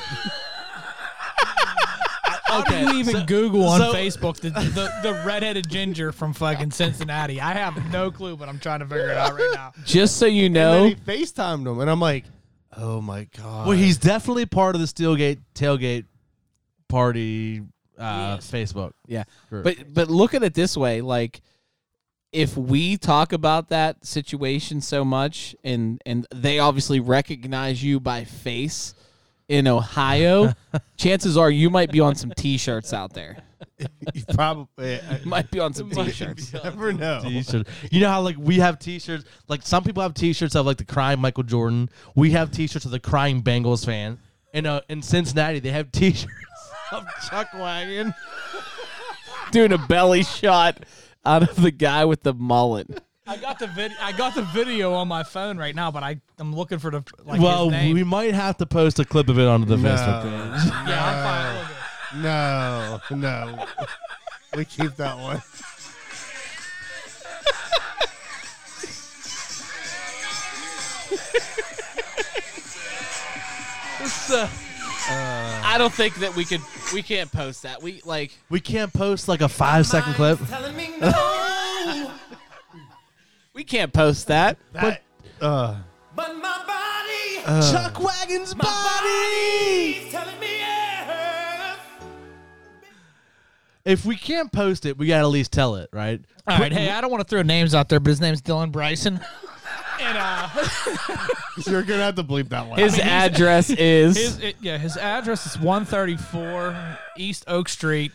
How do you even Google on
so-
Facebook the, the, the redheaded ginger from fucking Cincinnati? I have no clue, but I'm trying to figure it out right now.
Just so you
And
know,
then he FaceTimed him, and I'm like, "Oh my god!"
Well, he's definitely part of the Steelgate tailgate party uh, Facebook.
yeah.
Sure.
But but look at it this way, like if we talk about that situation so much and and they obviously recognize you by face in Ohio, chances are you might be on some t-shirts out there.
You probably I,
You might be on some t-shirts.
you never know.
T-shirt. You know how like we have T-shirts. Like some people have T-shirts of like the crying Michael Jordan. We have T-shirts of the crying Bengals fan. And uh, in Cincinnati, they have T-shirts of Chuck Wagon.
Doing a belly shot out of the guy with the mullet.
I got the vid- I got the video on my phone right now, but I I'm looking for the like
well,
his name.
we might have to post a clip of it onto the Facebook page.
No,
yeah, I'm fine.
Uh,
I'll look it.
no, no. We keep that one.
a. I don't think that we could. We can't post that. We like.
We can't post like a five second clip.
We can't post that.
But
But my body,
Chuck Wagon's body.
he's telling me yes.
If we can't post it, we gotta at least tell it, right?
All right, hey, I don't want to throw names out there, but his name's Dylan Bryson. And uh,
You're gonna have to bleep that one.
His address is
his it, yeah, his address is 134 East Oak Street,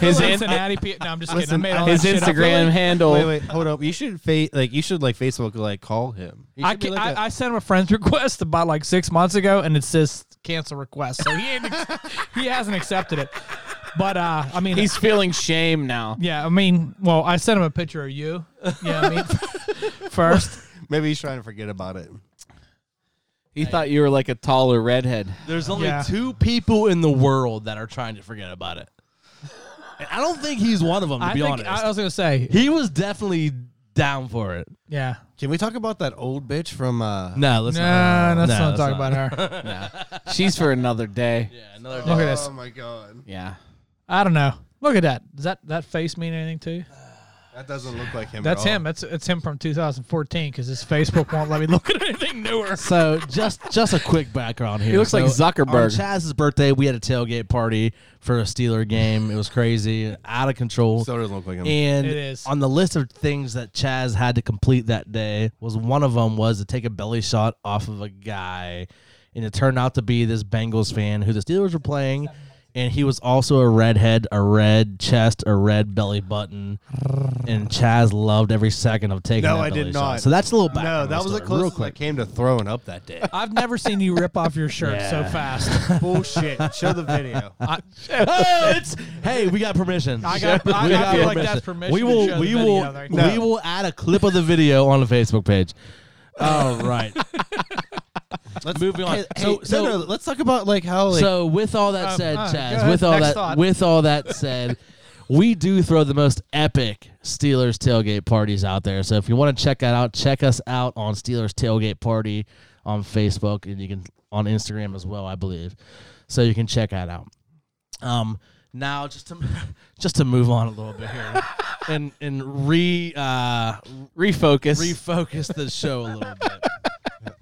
his in-
Cincinnati. P- no, I'm just
Listen,
kidding. I made all
his
that shit up.
Instagram handle.
Wait, wait, hold up. You should fa- like you should like Facebook like call him. You
I,
should be
ca-
like a-
I, I sent him a friend's request about like six months ago, and it says cancel request. So he ain't ex- he hasn't accepted it. But uh, I mean,
He's feeling shame now.
yeah. I mean, well, I sent him a picture of you. Yeah, I mean, first.
maybe he's trying to forget about it.
He thought you were like a taller redhead.
There's only
Yeah.
two people in the world that are trying to forget about it. And I don't think he's one of them. To
I
be
think
honest,
I was gonna say
he was definitely down for it.
yeah.
Can we talk about that old bitch from uh
No, let's
No,
not.
let's
No,
not
let's
talk
not.
about her.
She's for another day.
Yeah, another day.
Look at this.
Oh my god.
Yeah.
I don't know. Look at that. Does that that face mean anything to you?
That doesn't look like him.
That's
at all.
him. That's it's him from 2014 because his Facebook won't let me look at anything newer.
So just just a quick background here.
He looks like
So,
Zuckerberg.
On Chaz's birthday, we had a tailgate party for a Steeler game. It was crazy, out of control.
So doesn't look like him.
and
It is.
on the list of things that Chaz had to complete that day was one of them was to take a belly shot off of a guy, and it turned out to be this Bengals fan who the Steelers were playing, and he was also a redhead, a red chest, a red belly button, and Chaz loved every second of taking.
No,
that
I did
belly shot.
not.
So that's a little background.
no,
on
that was
story,
the
real
closest I
quick.
came to throwing up that day.
I've never seen you rip off your shirt so
Yeah.
fast.
Bullshit. Show the video.
I,
Oh, it's- hey, we got permission.
I got- I- I feel like that's permission
We
to
will.
show the
we
video
will.
there.
We
No.
will add a clip of the video on the Facebook page. All right.
Let's
Moving on.
Hey,
So-
so,
so-
no, no, let's talk about like how like
so, with all that
Um,
said,
uh, go
Chaz.
ahead.
With all
Next
that.
thought.
With all that said, we do throw the most epic Steelers tailgate parties out there. So if you want to check that out, check us out on Steelers Tailgate Party on Facebook, and you can on Instagram as well, I believe. So you can check that out. Um, now just to just to move on a little bit here, and and re uh,
Refocus.
refocus the show a little bit.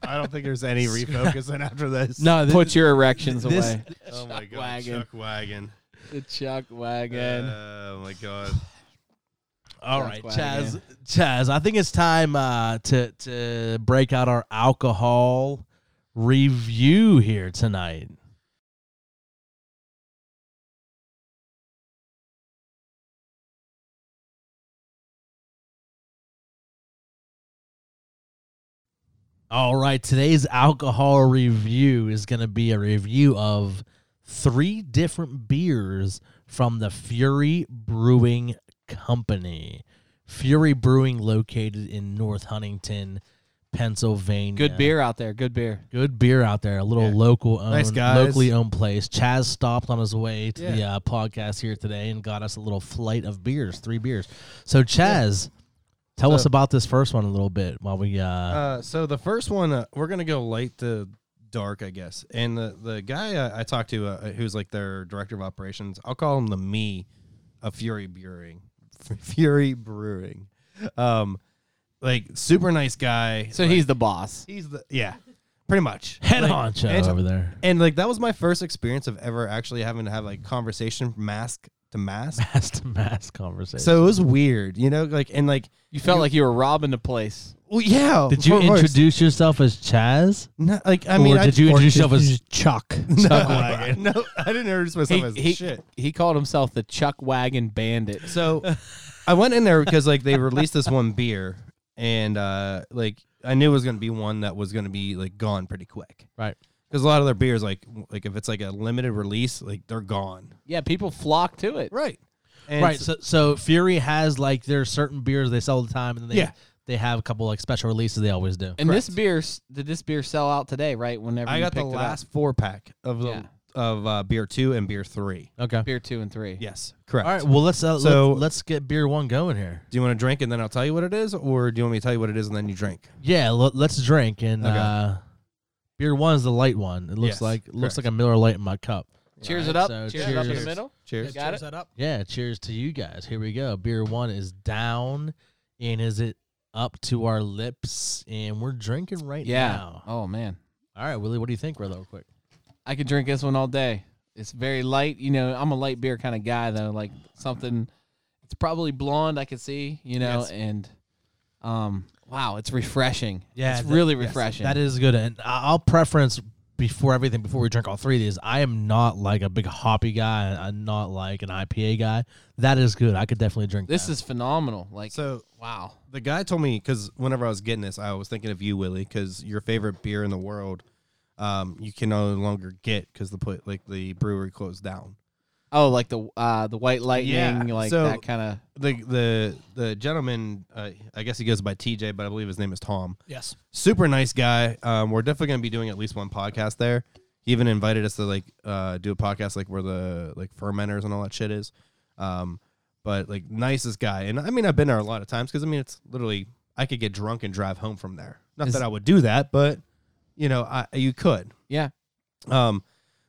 I don't think there's any refocusing after this.
No, this,
Put your erections
this-
away.
Oh my god.
wagon.
Chuck wagon.
The Chuck Wagon.
Oh my god.
all right,
That's
Chaz. Chaz, I think it's time uh, to to break out our alcohol review here tonight. All right, today's alcohol review is going to be a review of three different beers from the Fury Brewing Company. Fury Brewing, located in North Huntington, Pennsylvania.
Good beer out there. Good beer.
Good beer out there. A little
Yeah.
local owned,
Nice guys.
locally owned place. Chaz stopped on his way to the
Yeah.
uh, podcast here today and got us a little flight of beers, three beers. So, Chaz, tell us
So-
about this first one a little bit while we. uh,
Uh, so the first one, uh, we're gonna go light to dark, I guess. And the the guy uh, I talked to, uh, who's like their director of operations, I'll call him the me of Fury Brewing. Fury Brewing, um, like super nice guy.
So
Like,
he's the boss.
he's the yeah, pretty much
head
Like,
on honcho
and-
over there.
And like that was my first experience of ever actually having to have like conversation mask to mask.
Mass to mass conversation.
so it was weird, you know, like and like.
You felt like you were robbing the place.
Well, yeah.
did you
of course.
introduce yourself as Chaz?
No, like I mean,
or
I-
did you introduce
did
yourself
you
as
just Chuck.
no, no, I didn't introduce myself
He,
as
he,
shit.
he called himself the Chuck Wagon Bandit.
So I went in there because like they released this one beer, and uh like I knew it was gonna be one that was gonna be like gone pretty quick.
Right.
Because a lot of their beers, like like if it's like a limited release, like they're gone.
Yeah, people flock to it.
Right. And
right.
s-
So, so Fury has like there's certain beers they sell all the time, and then they
Yeah.
they have a couple like special releases they always do.
And this beer s- did this beer sell out today? Right, whenever
I
you
got the
picked it up?
last four pack of the
Yeah.
of uh, beer two and beer three.
Okay.
beer two and three.
Yes, correct.
All right. Well, let's uh,
So-
let's, let's get beer one going here.
Do you want to drink and then I'll tell you what it is, or do you want me to tell you what it is and then you drink?
Yeah. L- let's drink and
Okay.
uh, Beer one is the light one. It looks
Yes,
like it looks like
correct.
a Miller Light in my cup.
Cheers it
Alright,
up.
so
cheers, it up in the
cheers.
middle.
Cheers.
Got
Cheers
it.
that up.
Yeah, cheers to you guys. Here we go. Beer one is down, and is it up to our lips? And we're drinking right
Yeah.
now.
Oh man,
All right, Willie, what do you think, real quick?
I could drink this one all day. It's very light. You know, I'm a light beer kind of guy though. Like something, it's probably blonde. I could see. You know,
Yes.
and um, wow, it's refreshing.
Yeah,
it's
that-
really
yes,
refreshing.
That is good, and I- I'll preference before everything before we drink all three of these. I am not like a big hoppy guy. I'm not like an IPA guy. That is good. I could definitely drink.
This is phenomenal. Like
So
wow.
the guy told me because whenever I was getting this, I was thinking of you, Willie, because your favorite beer in the world, um, you can no longer get because the pla- like the brewery closed down.
Oh, like the uh the white lightning,
Yeah,
like
so-
that kind of.
The the the gentleman, uh, I guess he goes by TJ, but I believe his name is Tom.
Yes.
super nice guy. Um, we're definitely gonna be doing at least one podcast there. He even invited us to like uh, do a podcast like where the like fermenters and all that shit is. Um, but like nicest guy, and I mean I've been there a lot of times because I mean it's literally I could get drunk and drive home from there. Not
Is-
that I would do that, but you know I you could.
Yeah.
Um,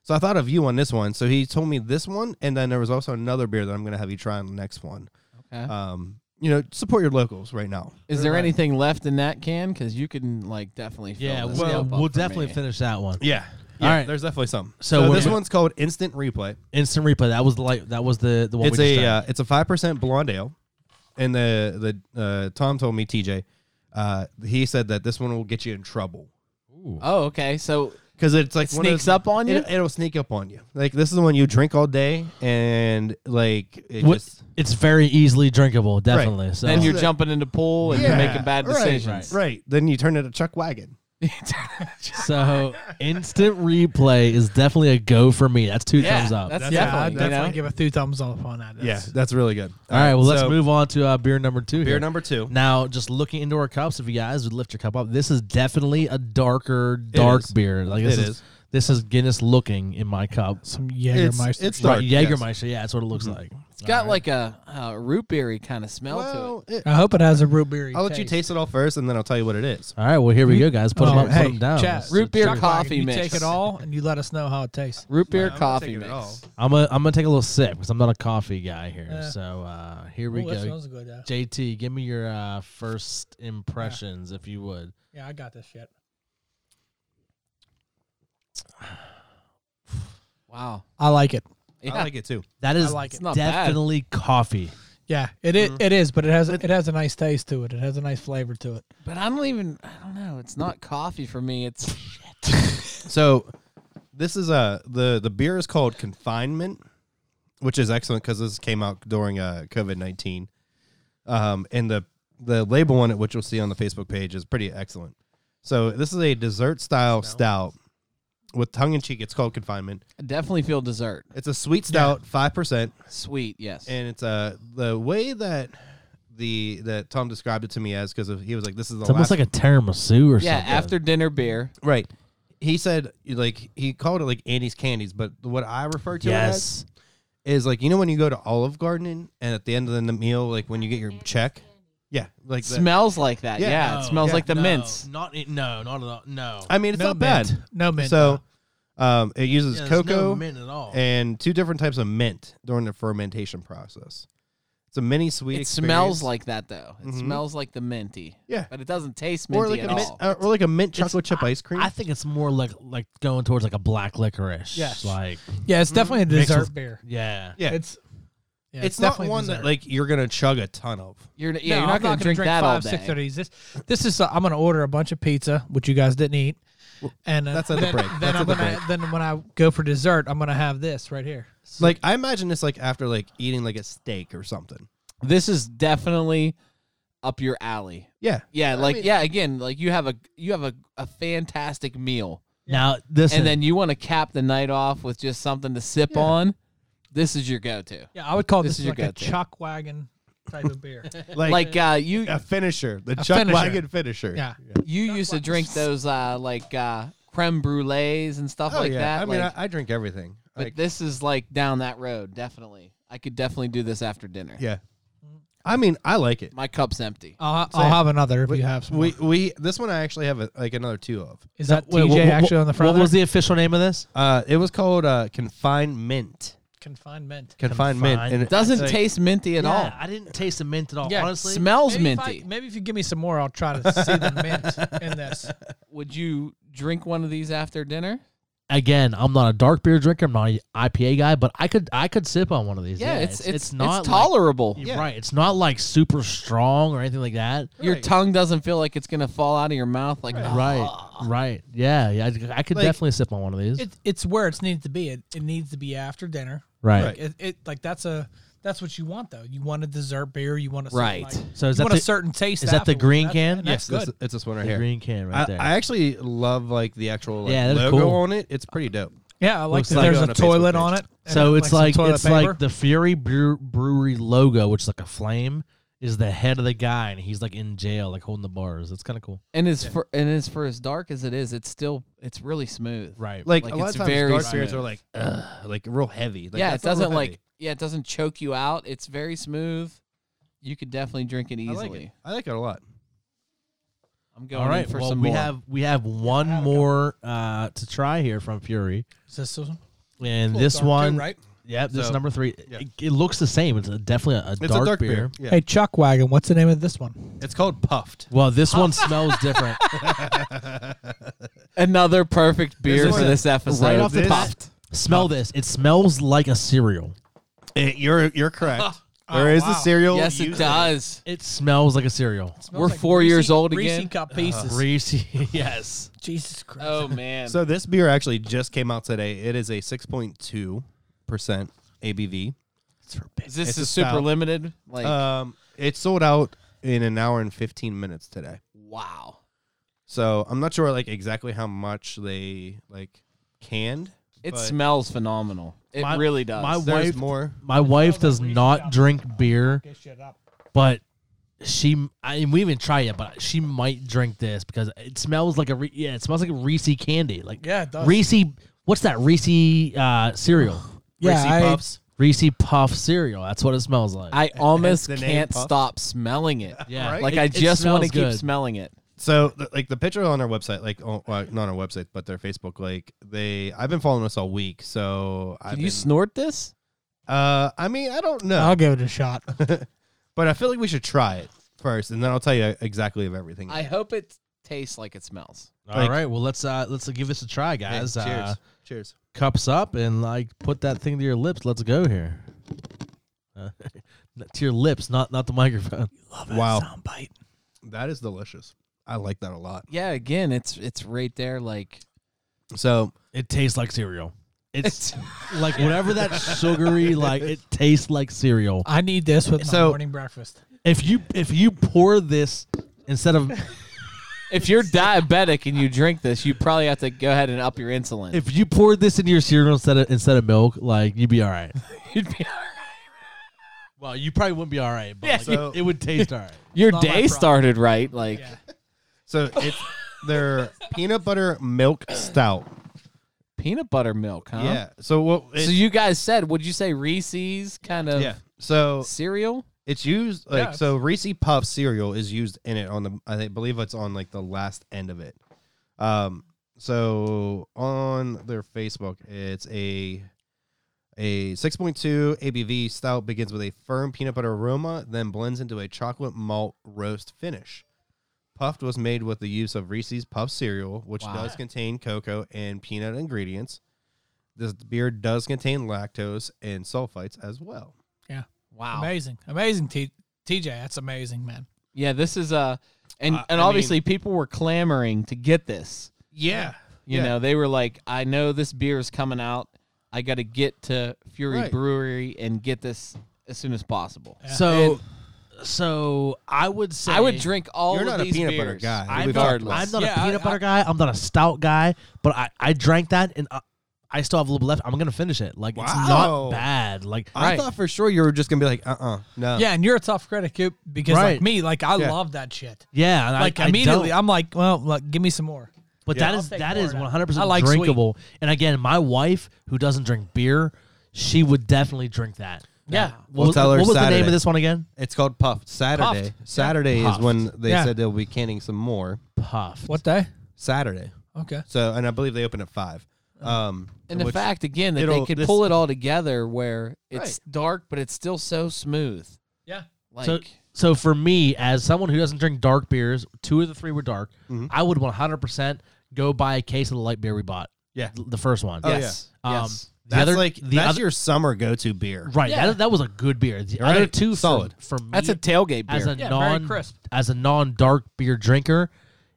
so I thought of you on this one. So he told me this one, and then there was also another beer that I'm gonna have you try on the next one.
Okay.
Um, you know, support your locals right now.
Is there anything left in that can? Because you can like definitely. Fill
yeah.
this
Well,
cup up
we'll
for
definitely
me.
finish that one.
Yeah.
All right.
There's definitely some.
So
So,
what-
this one's called Instant Replay.
Instant replay. That was the light. That was the the one.
it's
we just
a
tried.
uh, it's a five percent blonde ale, and the the uh, Tom told me TJ, uh, he said that this one will get you in trouble
Oh, okay. So
because it's like
It
one of
sneaks
those-
up on you?
It, will sneak up on you. Like this is the one you drink all day, and like it
What-
just
it's very easily drinkable. Definitely. So
then you're
that-
jumping into pool and you're
Yeah,
making bad
right,
decisions.
right. Then you turn into Chuck Wagon.
so instant replay is definitely a go for me. That's two
Yeah,
thumbs up.
that's-
Yeah,
Definitely,
I
you
definitely
know?
give a two thumbs up on that.
Yeah,
That's-
that's really good.
All right. Well, let's
so
move on to uh, beer number two.
Beer
here.
number two.
Now, just looking into our cups, if you guys would lift your cup up, this is definitely a darker, dark
is.
beer. Like this
It
is,
is.
This is Guinness looking in my cup.
Some
It's
Jägermeister.
it's
Right,
dark. yes.
Jägermeister. Yeah, that's what it looks like.
It's got like a, a root beery kind of smell to it.
Well, it-
I hope it has a root beer.
I'll let you taste it all first, and then I'll tell you what it is.
All right. Well, here we go, guys.
Oh,
Put them up. put them down.
Root beer coffee
you
mix.
Take it all and you let us know how it tastes.
Root beer
I'm not
coffee
taking it
mix.
all.
I'm gonna I'm gonna take a little sip because I'm not a coffee guy here.
Yeah.
So uh, here we
Ooh, Oh, that
go.
smells good. Yeah.
JT, give me your uh, first impressions, if you would.
yeah, I got this shit.
Wow.
I like it.
Yeah.
I like it too.
That is
like it.
It's not bad.
definitely coffee.
Yeah, it is,
Mm-hmm.
it is, but it has it has a nice taste to it. It has a nice flavor to it.
But I don't even, I don't know. It's not coffee for me. It's,
So this is uh the the beer is called Confinement, which is excellent because this came out during uh COVID nineteen. Um, and the the label on it, which you'll see on the Facebook page, is pretty excellent. So this is a dessert style stout with tongue in cheek. It's called Confinement.
I definitely feel dessert.
It's a sweet stout, five percent,
Sweet, yes.
and it's uh the way that the that Tom described it to me as because he was like, "This is the
It's almost
last
like a tiramisu or
yeah,
something.
after dinner beer.
Right. He said like he called it like Andy's candies, but what I refer to it
Yes.
as is like you know when you go to Olive Garden and at the end of the meal, like when you get your check, yeah, like that.
smells like that. Yeah,
Yeah. Oh,
it
No,
smells
yeah,
like the
Oh, no,
mints.
Not it, no, not at all. No.
I mean, it's
no
not
mint.
bad.
No mint.
So, um, it uses
Yeah, there's
cocoa
no mint at all.
and two different types of mint during the fermentation process. It's a mini sweet.
It
experience.
smells
Mm-hmm.
like that though. It smells like the minty.
Yeah.
but it doesn't taste minty
or like
at
a mint,
all.
uh, or like a mint chocolate chip ice cream.
I think it's more like like going towards like a black licorice.
Yes.
Like
no. yeah,
mm-hmm.
it's definitely a
Mixed
dessert
with-
beer.
yeah.
yeah, it's,
It's yeah, it's,
not
definitely
one
dessert.
that like you're gonna chug a ton of.
You're, yeah,
No,
you're not
I'm
gonna drink, that
five,
all day.
six of these. This, this is. Uh, I'm gonna order a bunch of pizza, which you guys didn't eat, and uh,
that's at the
then,
break.
Then
That's
I'm
at the
gonna.
break.
Then when I go for dessert, I'm gonna have this right here.
Like I imagine this like after like eating like a steak or something.
This is definitely up your alley.
Yeah,
Yeah, like
mean-
yeah, again, like you have a you have a, a fantastic meal,
Now this
and then you want to cap the night off with just something to sip on. This is your go-to.
Yeah, I would call
This
this,
is your
like a
go-to.
chuck wagon type of beer.
like,
Like uh, you
a finisher, the chuck
finisher.
wagon finisher.
yeah,
you used to drink those uh, like uh, creme brulees and stuff
Oh
like
yeah.
that.
I mean,
like-
I, I drink everything.
but
Like,
this is like down that road, definitely. I could definitely do this after dinner.
yeah. I mean, I like it.
My cup's empty.
I'll, ha-
Same.
I'll have another if
We
you have some.
we, we this one I actually have a, like another two of.
Is that
Wait,
TJ
wha- wha-
actually on the front?
What
of
was
there?
the official name of this?
Uh, it was called uh, confinement.
confignment?
Confinement. And it-
Doesn't
it's like-
taste minty at
Yeah, I didn't taste the mint at all.
Yeah,
honestly,
all. Smells
maybe
minty.
If I, maybe if you give me some more, I'll try to see the mint in this.
Would you drink one of these after dinner?
again, I'm not a dark beer drinker. I'm not an IPA guy, but I could I could sip on one of these.
Yeah, it's, it's
not like-
it's tolerable.
You're Right, it's not like super strong or anything like that.
Your tongue doesn't feel like it's gonna fall out of your mouth. Like "Oh,
Right, right, yeah, yeah. I, I could
Like-
definitely sip on one of these.
It, it's where it's needed to be. It, it needs to be after dinner.
right.
right.
It, it like that's a that's what you want though. You want a dessert beer. You want a
Right.
Certain, like,
So is
you
that
want
the-
a certain taste.
is that the
afterwards.
green
That's-
can?
and
yes,
That's
this,
good.
it's this one right
The
here.
green can right
I,
there.
I actually love like the actual like,
Yeah, that's
logo
cool.
on it. It's pretty dope.
Yeah, I like
Looks
that.
like
There's
it on
a
a Facebook
toilet
page.
on it. and
so
it-
it's
some
like,
toilet
it's
paper.
like the Fury Brew- Brewery logo, which is like a flame, is the head of the guy, and he's like in jail, like holding the bars. That's kind of cool.
and as for and as for as dark as it is, it's still it's really smooth.
Right.
Like,
Like,
a lot
it's
of times
very
dark beers
smooth.
are like ugh, like real heavy. Like,
yeah, it
that's not real
doesn't
heavy.
like yeah, it doesn't choke you out. It's very smooth. You could definitely drink it
I
easily.
like it. I like it a lot.
I'm going
all right.
in for
Well,
some
we
more.
have we have one more uh, to try here from Fury,
Is this one?
and
Little
this
dark too,
one,
right?
Yep, this
So-
number three.
Yeah.
It, it looks the same. It's a, definitely a, a
It's
dark,
a dark beer.
beer.
Yeah.
Hey, Chuck Wagon. What's the name of this one?
It's called puffed.
Well, this one smells different.
another perfect beer
This
for
is-
this episode.
right off the
This-
top. Smell this. It smells like a cereal.
Eh, you're you're correct. There is a cereal.
Yes, it
used-
does.
It smells like a cereal.
We're four years old again.
cup
Uh-huh.
pieces.
Reese, yes.
Jesus Christ.
Oh man.
So this beer actually just came out today. It is a 6.2 percent ABV.
is this
it's
a
a
super
stout.
limited? Like
Uh,
Um, it sold out in an hour and 15 minutes today.
wow.
So I'm not sure like exactly how much they like canned.
It
but
smells phenomenal. It
My-
really does.
my-
There's
Wife-
more.
My wife does not drink beer, but she. I mean, we haven't tried it, but she might drink this because it smells like a. Re- Yeah, it smells like a Reese candy. Like
Yeah, it does.
Reese. What's that Reese uh, cereal?
yeah,
Reese's
I-
Puffs.
Reese puff cereal. That's what it smells like.
I almost
the name
can't
Puff.
stop smelling it.
Yeah. Right?
Like
It-
I
it
just want to
smells
keep
good.
smelling it.
So th- like the picture on our website, like oh, well, not on our website, but their Facebook, like they I've been following this all week. So I've
Can you
been-
snort this?
uh, I mean, I don't know,
I'll give it a shot.
Oh.
but I feel like we should try it first, and then I'll tell you exactly of everything.
I hope it tastes like it smells.
All
Like-
right, well let's uh let's give this a try,
Hey,
guys.
cheers,
Uh,
cheers.
cups up and like put that thing to your lips. Let's go here. Uh, to your lips, not not the microphone.
Wow, that is delicious. I like that a lot.
Yeah, again, it's it's right there like
So
It tastes like cereal. It's
it's
like whatever that sugary like. It tastes like cereal.
I need this with my
So-
morning breakfast.
If you if you pour this instead of
if you're diabetic and you drink this, you probably have to go ahead and up your insulin.
if you poured this into your cereal instead of instead of milk, like you'd be all right.
You'd be-
Well, you probably wouldn't be all right, but like,
So-
it, it would taste all right.
your
not
day
my problem.
started right, like
Yeah.
so it's their peanut butter milk stout.
peanut butter milk, huh?
Yeah. So what? It,
So you guys said, would you say Reese's kind of
yeah. So
cereal?
It's used like
Yeah,
so. Reese Puff cereal is used in it on the. I think- believe it's on like the last end of it. Um. So on their Facebook, it's a a 6.2 ABV stout begins with a firm peanut butter aroma, then blends into a chocolate malt roast finish. Puffed was made with the use of Reese's Puff cereal, which
Wow.
does contain cocoa and peanut ingredients. This beer does contain lactose and sulfites as well.
Wow.
Amazing. Amazing, T- TJ. That's amazing, man.
Yeah, this is uh and
Uh,
and
I
obviously people were clamoring to get this.
Yeah.
You know, they were like, I know this beer is coming out. I got to get to Fury
Right.
Brewery and get this as soon as possible.
So, so I would say
I would drink all
You're
of
not a
these
peanut
beers.
butter guy.
I'm
We've
not,
talked
regardless.
I'm not
Yeah,
a peanut
I-
butter
I-
guy. I'm not a stout guy, but I, I drank that and I, I still have a little left. I'm gonna finish it. Like it's
Wow.
not bad. Like
I thought for sure you were just gonna be like, uh, uh no.
Yeah, and you're a tough critic you- because
Right.
like me, like I
Yeah.
love that shit.
yeah, and
Like
I,
immediately,
I don't.
I'm like, well, look, give me some more.
but
Yeah.
that
I'll
is
take
that
more
is
of that.
100
I
percent
like sweet.
drinkable. And again, my wife who doesn't drink beer, she would definitely drink that. Yeah.
We'll
What-
tell her
What was the name
Saturday.
of this one again?
It's called Puffed Saturday.
Puffed.
Saturday
Puffed.
is when they
Yeah.
said they'll be canning some more.
Puffed.
What day?
Saturday.
Okay.
So, and I believe they open at five. Um,
And the
which-
fact again that they
it'll-
could
this-
pull it all together where it's dark but it's still so smooth.
Yeah.
Like
So, so for me, as someone who doesn't drink dark beers, two of the three were dark.
Mhm.
I would 100% go buy a case of the light beer we bought.
Yeah.
The first one.
Oh, yeah.
yes.
Um,
yes.
The
That's
other,
like
the
that's
other,
your summer go-to beer.
right.
Yeah.
That, that was a good beer. The
Right.
other two for-
Solid.
for, me
That's a tailgate beer.
as a
Yeah, very
non
crisp.
as a non dark beer drinker.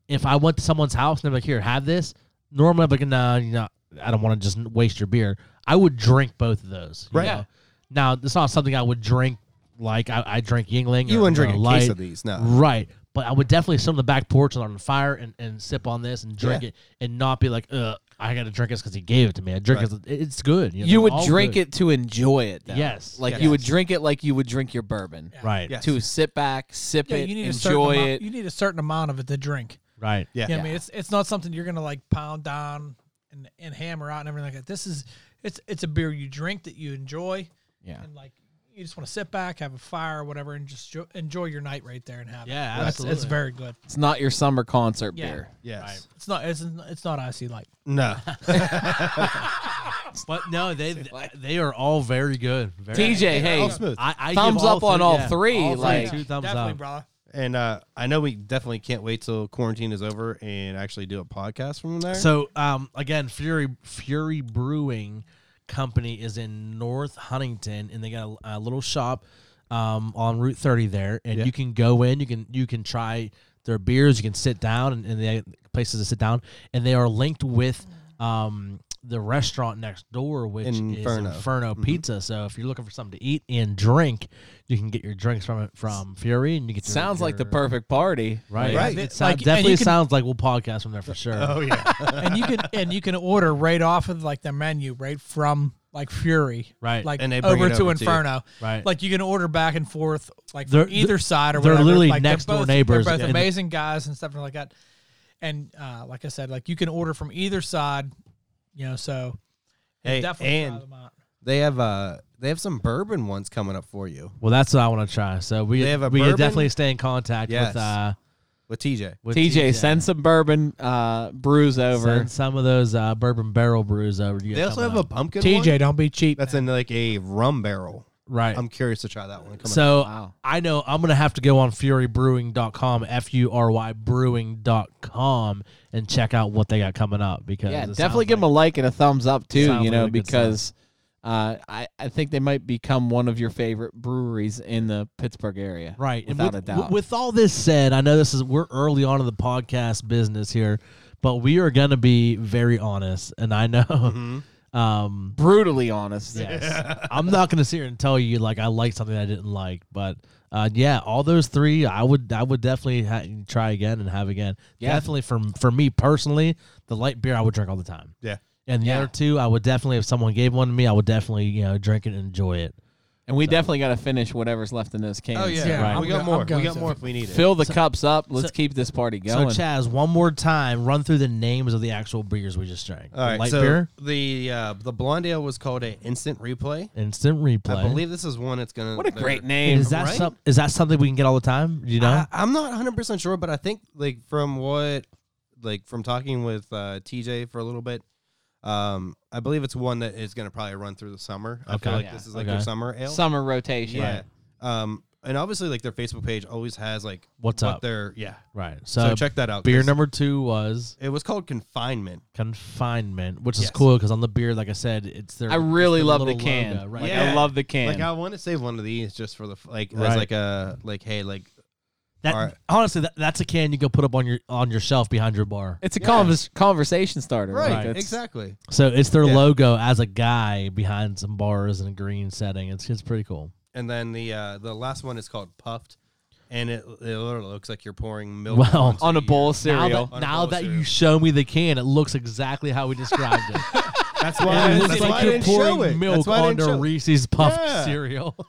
If I went to someone's house and they're like, "Here, have this," normally I'm like, "No, you know, I don't want to just waste your beer." I would drink both of those. you
Right.
know? Now, it's not something I would drink. Like I, I drink Yingling.
You
or
wouldn't drink
Miller
a case
Lite.
of these, no.
Right. But I would definitely sit on the back porch and on the fire and, and sip on this and drink
Yeah.
it and not be like, "Ugh, I got to drink this because he gave it to me." I drink
Right.
it. It's good.
You would drink it to enjoy it. Though.
Yes.
Like
Yes.
you would drink it like you would drink your bourbon.
Right.
Yes.
To sit back, sip
Yeah,
it,
you need a certain
enjoy
amount,
it.
You need a certain amount of it to drink.
Right.
Yeah.
Yeah, I mean it's it's not something you're gonna like pound down and and hammer out and everything like that. This is it's it's a beer you drink that you enjoy.
Yeah.
and like you just want to sit back, have a fire or whatever, and just jo- enjoy your night right there and have it.
Yeah,
That's- it's
absolutely.
very good.
It's not your summer concert
Yeah.
beer.
Yes.
It's not it's it's not icy light.
No.
But no, they they are all very good. Very
TJ, hey,
All smooth.
I, I
Thumbs
give
up on all
yeah.
three,
All
like-
two thumbs
Definitely,
up.
brother.
And uh, I know we definitely can't wait till quarantine is over and actually do a podcast from there.
So um, again, Fury Fury Brewing Company is in North Huntington, and they got a, a little shop um, on Route 30 there, and
Yeah.
you can go in, you can you can try their beers, you can sit down, and, and they have places to sit down, and they are linked with. Um, the restaurant next door, which
Inferno.
is
Mm-hmm.
Inferno Pizza. So if you're looking for something to eat and drink, you can get your drinks from it from Fury, and you get your-
Sounds like the
your-
perfect party.
Right. It
Right.
Like,
sound,
and you
definitely
can-
sounds like we'll podcast from there for sure.
oh yeah.
and you can and you can order right off of like their menu, right from like Fury,
Right.
like
And they bring
over,
it
to
over to you.
Inferno,
Right.
Like you can order back and forth, like
They're-
from either side or
they're
whatever.
literally
like, they're
next-door
both-
neighbors,
They're both
and-
amazing guys and stuff like that. And uh, like I said, like you can order from either side, you know. So
Hey,
definitely try
and-
them out.
They have uh they have some bourbon ones coming up for you
Well, that's what I want to try. So we
They have a
we
bourbon?
definitely stay in contact
Yes.
with uh
with TJ.
with
TJ, send some bourbon uh, brews over.
Send some of those uh, bourbon barrel brews over. You
They also have a pumpkin
TJ,
one
don't be cheap.
that's in like a rum barrel.
right.
I'm curious to try that one. Coming up.
so
Wow.
I know I'm gonna have to go on furybrewing.com, f u r y brewing.com, and check out what they got coming up because
yeah,
it
definitely
sounds
give them a
like-
like and a thumbs up too.
Sounds
You know,
like a good
because uh, I I think they might become one of your favorite breweries in the Pittsburgh area.
right
without
and
a
with,
doubt.
With all this said, I know this is we're early on in the podcast business here, but we are gonna be very honest, and I know.
Mm-hmm.
Um,
brutally honest.
Yes. I'm not gonna sit here and tell you like I liked something I didn't like, but uh, yeah, all those three I would I would definitely ha- try again and have again.
Yeah.
Definitely for for me personally, the light beer I would drink all the time,
yeah.
and the
Yeah.
other two I would definitely if someone gave one to me, I would definitely you know drink it and enjoy it.
And we definitely got to finish whatever's left in those cans.
Oh yeah.
Yeah,
Right.
We
I'm
got
go-
more.
I'm going
We got
to.
more if we need it.
Fill the cups up. Let's keep this party going.
So Chaz, one more time, run through the names of the actual beers we just drank.
All right.
light
so
beer,
the uh, the blonde ale was called a instant replay.
instant replay.
I believe this is one that's gonna.
what a
they're-
great name.
is that
right? Ah.
some, is that something we can get all the time? You know,
I, I'm not 100 percent sure, but I think like from what like from talking with uh, TJ for a little bit, um, I believe it's one that is gonna probably run through the summer. I
Okay.
feel like
Yeah.
this is like
Okay.
their summer ale.
Summer rotation.
yeah. Um, and obviously like their Facebook page always has like
What's up?
what their yeah.
right. So,
So, check that out.
beer
'cause
number two was
It was called confinement.
confinement, which is
Yes.
cool because on the beer, like I said, it's their.
I
it's
really
their
love the
little
can.
logo, right?
Like, I
Yeah.
love the can.
Like I want to save one of these just for the f- like
Right.
as like a like hey like
That,
Alright.
Honestly, that, that's a can you go put up on your on your shelf behind your bar.
it's a convers- conversation starter. Like,
right
it's-
exactly
So it's their
Yeah.
logo as a guy behind some bars in a green setting. It's it's pretty cool.
And then the uh, the last one is called puffed, and it, it literally looks like you're pouring milk
Wow.
onto
On a
your-
bowl of
Now
cereal.
that,
On a
now
bowl of
that
cereal.
you show me the can, it looks exactly how we described it.
That's
it looks
that's why I
like you're
didn't show it.
pouring milk
That's why I didn't
onto
show it.
Reese's Puff
Yeah.
cereal.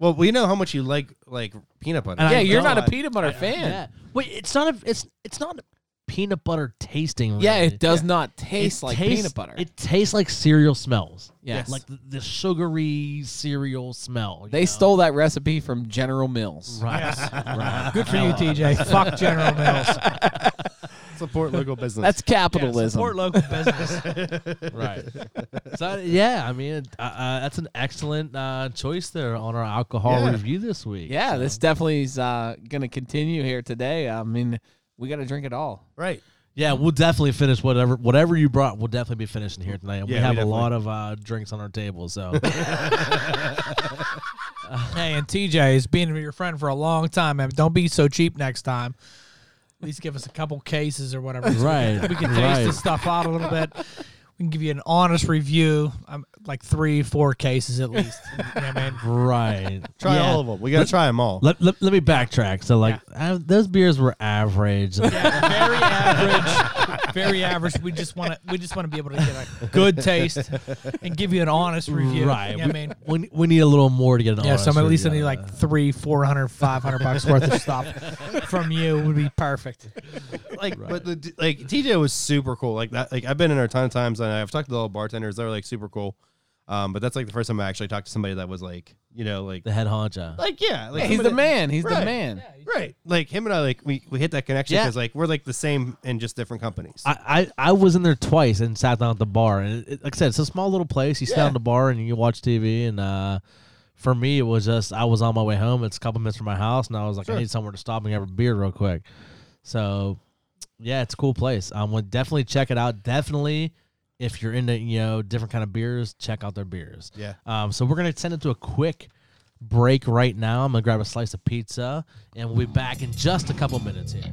Well, we know how much you like like peanut butter.
And I-
yeah, you're
no,
not a
I-
peanut butter fan.
Yeah. Wait, it's not a it's it's not peanut butter tasting.
Yeah,
really.
it does not taste like
tastes-
peanut butter.
It tastes like cereal smells.
Yes.
like the, the sugary cereal smell. you
they
know?
stole that recipe from General Mills.
Right. right.
Good for you, TJ. Fuck General Mills.
Support local business.
That's
Yeah,
capitalism.
support local business.
right. So yeah, I mean, uh, uh, that's an excellent uh, choice there on our alcohol
Yeah.
review this week.
yeah,
So-
this definitely is uh, going to continue here today. I mean, we got to drink it all.
right.
yeah, we'll definitely finish whatever whatever you brought. We'll definitely be finishing here tonight. And we
Yeah, we
have a
definitely-
lot of uh, drinks on our table, so
hey, and TJ has been your friend for a long time, man. Don't be so cheap next time. At least give us a couple cases or whatever.
right,
We can taste this stuff out a little bit. We can give you an honest review. Um, like three, four cases at least. You know what I mean?
right.
Try
Yeah.
all of them. We got to try them all.
Let, let, let me backtrack. So like uh, those beers were average.
very average. Very average. We just want to. We just want to be able to get a good taste and give you an honest review.
Right. Oh,
You know what I mean,
we, we need a little more to get an
yeah. So
honest
I'm at least I
review
need
out of
like three, four hundred, five hundred bucks worth of stuff from you would be perfect.
like, but the, like TJ was super cool. Like that. Like I've been in there a ton of times, and I've talked to all the bartenders. They're like super cool. Um, but that's like the first time I actually talked to somebody that was like, you know, like,
the head honcho.
like yeah, like
Yeah, he's
somebody-
the man. He's the
Right.
man.
Right. Like him and I, like we, we hit that connection
Yeah.
because like we're like the same in just different companies.
I, I, I was in there twice and sat down at the bar and it, it- like I said it's a small little place you sit down at the bar and you can watch TV and uh, for me it was just I was on my way home it's a couple minutes from my house and I was like I need somewhere to stop and have a beer real quick so yeah it's a cool place um would definitely check it out definitely if you're into you know different kind of beers check out their beers
Yeah.
um so we're gonna send it to a quick break right now I'm gonna grab a slice of pizza and we'll be back in just a couple minutes here.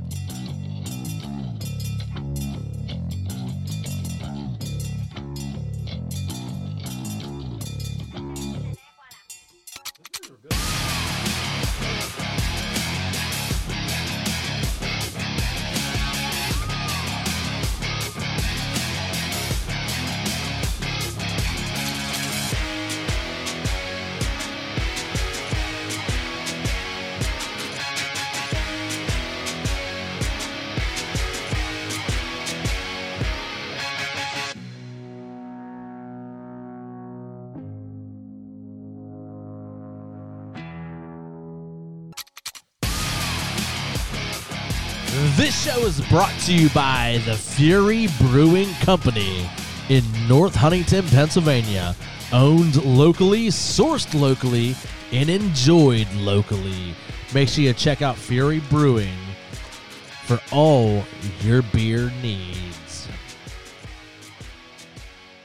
This show is brought to you by the Fury Brewing Company in North Huntington, Pennsylvania. Owned locally, sourced locally, and enjoyed locally. Make sure you check out Fury Brewing for all your beer needs.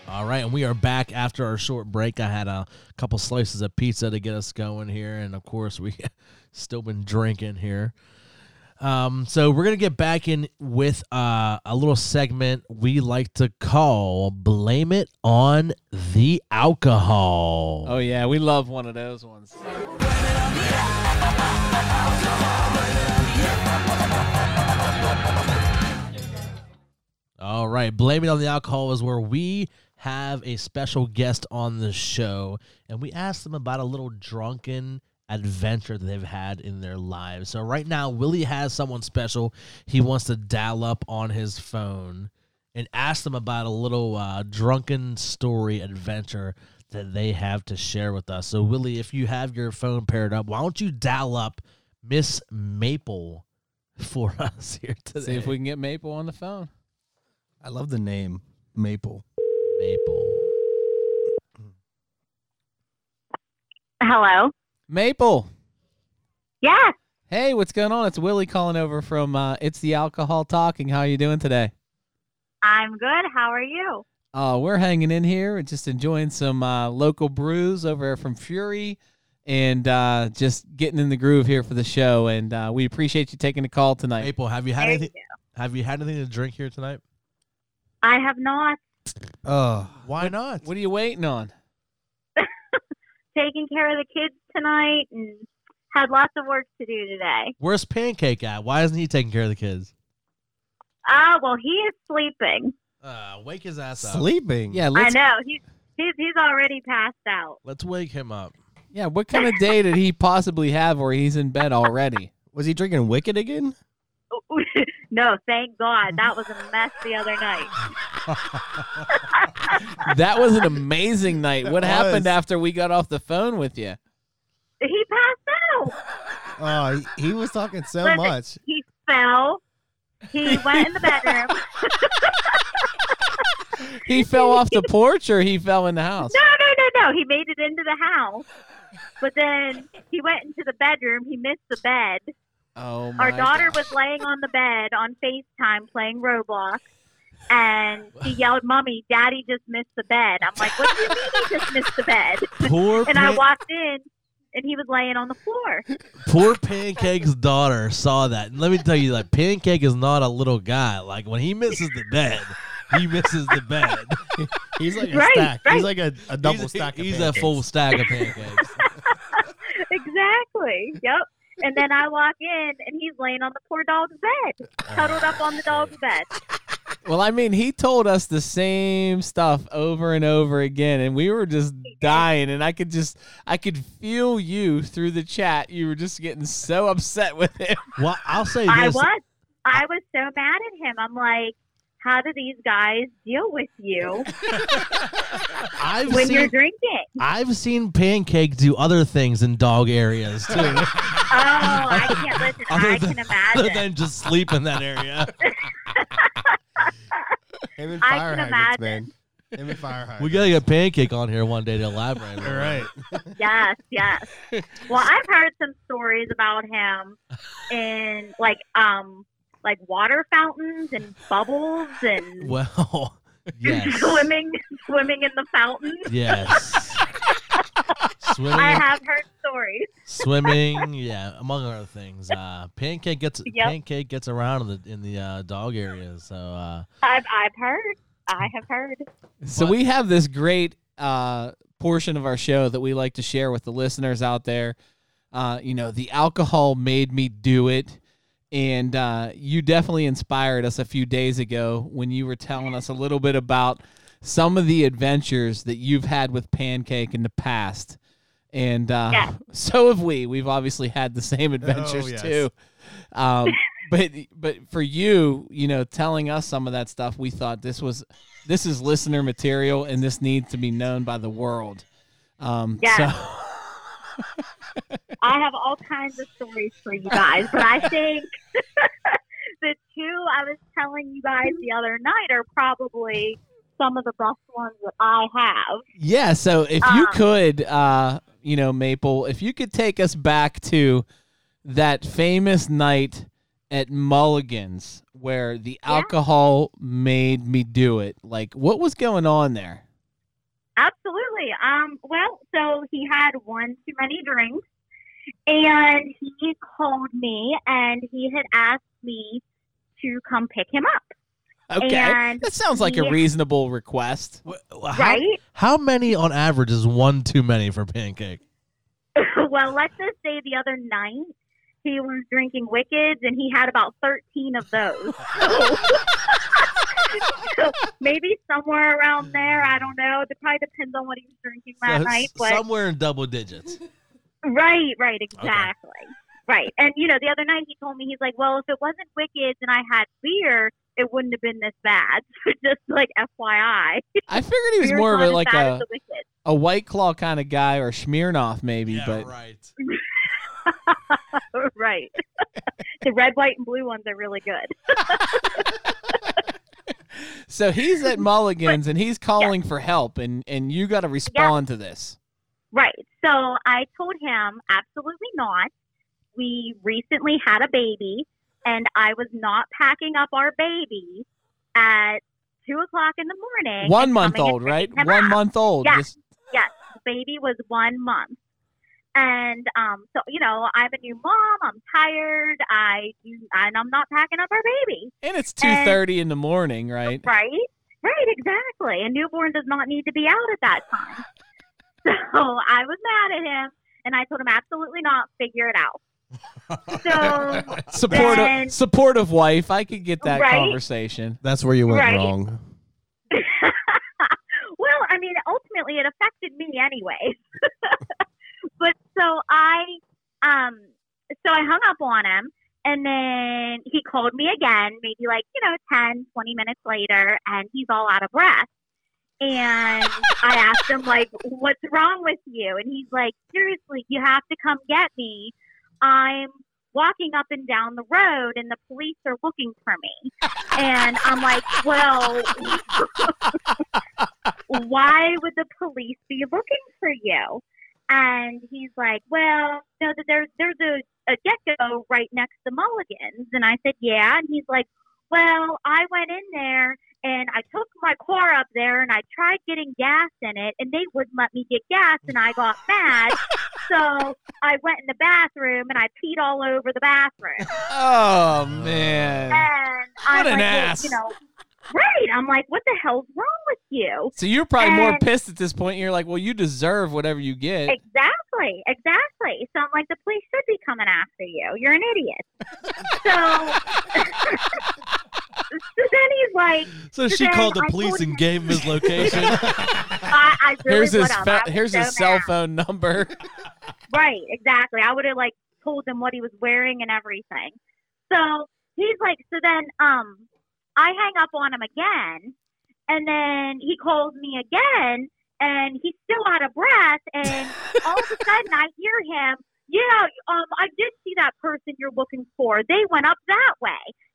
All right, and we are back after our short break. I had a couple slices of pizza to get us going here, and of course, we still been drinking here. Um, so we're gonna get back in with uh, a little segment we like to call "Blame It on the Alcohol."
Oh yeah, we love one of those ones.
All right, "Blame It on the Alcohol" is where we have a special guest on the show, and we ask them about a little drunken adventure that they've had in their lives. So right now, Willie has someone special he wants to dial up on his phone and ask them about a little uh, drunken story adventure that they have to share with us. So, Willie, if you have your phone paired up, why don't you dial up Miss Maple for us here today?
See if we can get Maple on the phone.
I love the name Maple.
Maple.
Hello.
Maple.
Yeah,
Hey, what's going on? It's Willie calling over from uh, It's the Alcohol Talking. How you doing today?
I'm good. How are you?
Uh, we're hanging in here and just enjoying some uh, local brews over there from Fury and uh, just getting in the groove here for the show. And uh, we appreciate you taking the call tonight.
Maple, have you had
Thank
anything? Have you had anything to drink here tonight?
I have not
Oh,
Why not?
What are you waiting on?
taken care of the kids tonight and had lots of work to do today.
Where's Pancake at? Why isn't he taking care of the kids?
Ah, well, he is sleeping.
Uh, wake his ass up.
sleeping.
Yeah, let's,
I know he's he's he's already passed out.
Let's wake him up.
yeah. What kind of day did he possibly have where he's in bed already?
Was he drinking Wicked again?
W- no, thank God. That was a mess the other night.
That was an amazing night. What
was.
happened after we got off the phone with you?
He passed out.
Oh, he, he was talking so
Listen,
much.
He fell. He went in the bedroom.
He fell off the porch or he fell in the house?
No, no, no, no. He made it into the house. But then he went into the bedroom. He missed the bed.
Oh my
Our daughter was laying on the bed on FaceTime playing Roblox. And she yelled, Mommy, Daddy just missed the bed. I'm like, What do you mean he just missed the bed?
Poor
And I
Pan-
walked in and he was laying on the floor.
poor Pancake's daughter saw that. And let me tell you, like Pancake is not a little guy. Like when he misses the bed, he misses the bed.
He's like a
Right,
stack.
right.
He's like a, a double stack of
He's
pancakes.
a full stack of pancakes.
Exactly. Yep. And then I walk in and he's laying on the poor dog's bed, cuddled up on the dog's bed.
Well, I mean, he told us the same stuff over and over again, and we were just dying. And I could just, I could feel you through the chat. You were just getting so upset with him.
well, I'll say
I
this.
was. I was so mad at him. I'm like, how do these guys deal with you
I've
when
seen
you're drinking?
I've seen Pancake do other things in dog areas too,
Oh, I can't listen. I can
other
imagine.
than just sleep in that area.
Him and
I
fire
can
hydrants, man. Him and fire hydrants.
We gotta get Pancake on here one day to elaborate. on
All
it.
right.
Yes, yes. Well, I've heard some stories about him in like um like water fountains and bubbles and
Well, yes,
swimming swimming in the fountain.
yes.
I
Swimming,
have heard stories.
swimming, yeah, among other things. Uh, pancake gets
Yep.
pancake gets around in the in the uh, dog area. So uh,
I've I've heard. I have heard.
So we have this great uh, portion of our show that we like to share with the listeners out there. Uh, you know, the alcohol made me do it, and uh, you definitely inspired us a few days ago when you were telling us a little bit about some of the adventures that you've had with Pancake in the past. And uh,
Yeah.
so have we. We've obviously had the same adventures
yes.
too. Um, but but for you, you know, telling us some of that stuff, we thought this was this is listener material, and this needs to be known by the world. Um,
Yeah.
so-
I have all kinds of stories for you guys, but I think the two I was telling you guys the other night are probably some of the best ones that I have.
yeah. So if you
Um,
could, uh, you know, Maple, if you could take us back to that famous night at Mulligan's where the
Yeah.
alcohol made me do it. Like, what was going on there?
Absolutely. Um, well, so he had one too many drinks, and he called me, and he had asked me to come pick him up.
Okay,
And
that sounds like a
yeah.
reasonable request.
wh- wh- how,
Right?
how many on average is one too many for pancake?
well, let's just say the other night he was drinking Wickeds, and he had about thirteen of those. So- so maybe somewhere around there. I don't know. It probably depends on what he was drinking that
So,
night.
s-
But
somewhere in double digits.
Right, right, exactly. Right. And, you know, the other night he told me, he's like, well, if it wasn't Wicked and I had beer, it wouldn't have been this bad. So just like FYI.
I figured he was
Beer's
more of
not
a
as
like
bad
a
as the Wicked.
a White Claw kind of guy or Smirnoff maybe, but
right.
right. the red, white, and blue ones are really good.
so he's at Mulligan's and he's calling for help and and you got to respond to this.
Right. So I told him, absolutely not. We recently had a baby, and I was not packing up our baby at two o'clock in the morning.
One
and
month
coming and
old, right?
picking him
One
up.
month old.
Yeah.
Just-
baby was one month. And um, so you know, I'm a new mom. I'm tired. I and I'm not packing up our baby.
and it's two
And-
thirty in the morning, right?
Right, right, exactly. A newborn does not need to be out at that time. So I was mad at him, and I told him absolutely not. Figure it out. So
Supportive,
Then-
supportive wife. I could get that
Right?
conversation.
That's where you went
Right.
wrong.
well, I mean, ultimately, it affected me anyway. but so I, um, so I hung up on him, And then he called me again, maybe like, you know, 10, 20 minutes later, and he's all out of breath. And I asked him, like, what's wrong with you? And he's like, seriously, you have to come get me. I'm walking up and down the road, and the police are looking for me. And I'm like, well, why would the police be looking for you? And he's like, well, no, that there's there's a, a gecko right next to Mulligan's. And I said, yeah. And he's like, well, I went in there and I took my car up there and I tried getting gas in it, and they wouldn't let me get gas, and I got mad. so I went in the bathroom and I peed all over the bathroom.
Oh man.
And I'm
What an
like, well,
ass.
You know, right? I'm like, what the hell's wrong with you?
So you're probably more
And-
pissed at this point. You're like, well, you deserve whatever you get.
Exactly, exactly. So I'm like, the police should be coming after you. You're an idiot. so, so then he's like,
So
So
she
then
called the
I
police
told
and
him-
gave him his location.
I, I really
Here's
would
his
have.
fa-
I was
here's his
so
cell
mad.
phone number.
Right, exactly. I would have like told him what he was wearing and everything. So he's like, so then um, I hang up on him again, and then he calls me again, and he's still out of breath, and all of a sudden I hear him. Yeah, um, I did see that person you're looking for. They went up that way.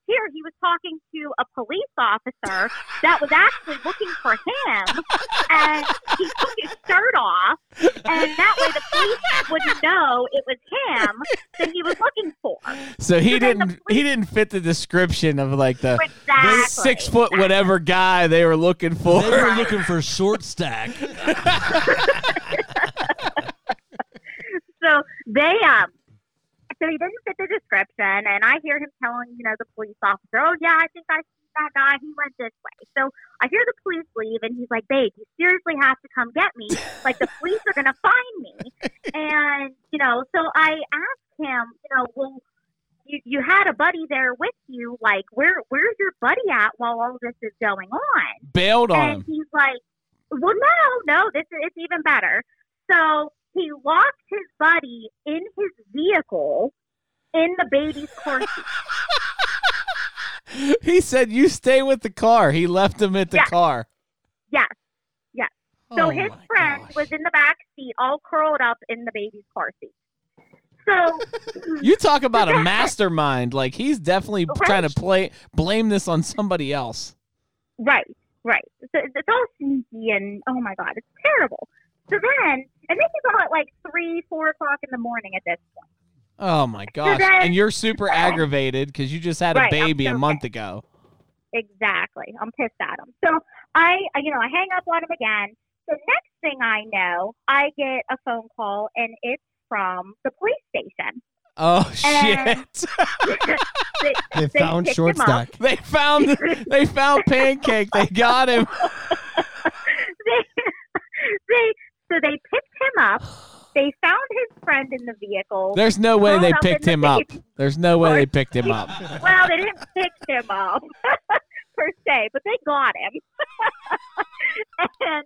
Here, he was talking to a police officer that was actually looking for him, and he took his shirt off and that way the police wouldn't know it was him that he was looking for.
So he
So then the
didn't he didn't fit the description of like the
Exactly.
six foot whatever guy they were looking for.
they were looking for short stack.
So they um, so he didn't fit the description, and I hear him telling you know the police officer, "Oh yeah, I think I see that guy. He went this way." So I hear the police leave, and he's like, "Babe, you seriously have to come get me. Like the police are gonna find me." And you know, so I asked him, you know, well. You, you had a buddy there with you. Like, where where's your buddy at while all this is going on?
Bailed on
and
him.
he's like, "Well, no, no, this is it's even better." So he locked his buddy in his vehicle in the baby's car seat.
He said, "You stay with the car." He left him at the
Yeah.
car.
Yes, yes. So
Oh
his
my
friend
gosh.
was in the back seat, all curled up in the baby's car seat. So
You talk about a mastermind. Like he's definitely
Right.
trying to play blame this on somebody else.
Right, right. So it's it's all sneaky and oh my god, it's terrible. So then, and this is all at like three, four o'clock in the morning at this point.
Oh my gosh!
then-
and you're super aggravated because you just had a
Right, I'm
baby a
so
month ago.
Exactly. I'm pissed at him. So I, I- you know, I hang up on him again. The next thing I know, I get a phone call and it's from the police station.
Oh
And-
shit!
They
They, they
found
picked
short
him up.
stack.
they found they found pancake. They got him.
They, they, so they picked him up. They found his friend in the vehicle.
There's no way
Rolled
they
up in
picked
the
him up.
baby.
There's no way they picked him up.
well, they didn't pick him up per se, but they got him. and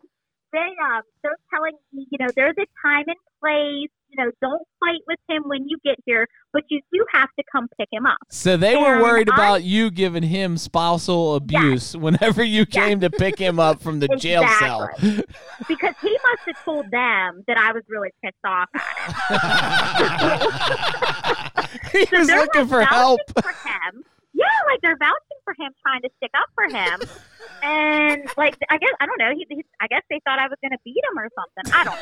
they um they're telling me, you know, there's a time and place, you know, don't fight with him when you get here, but you do have to come pick him up.
So they were
And
worried
I-
about you giving him spousal abuse whenever you came to pick him up from the jail cell.
Exactly. because he must have told them that I was really pissed off
He was
they're,
looking
like,
for
vouching
help.
for him. Yeah, like they're vouching for him, trying to stick up for him, and like I guess I don't know. He, he I guess they thought I was going to beat him or something.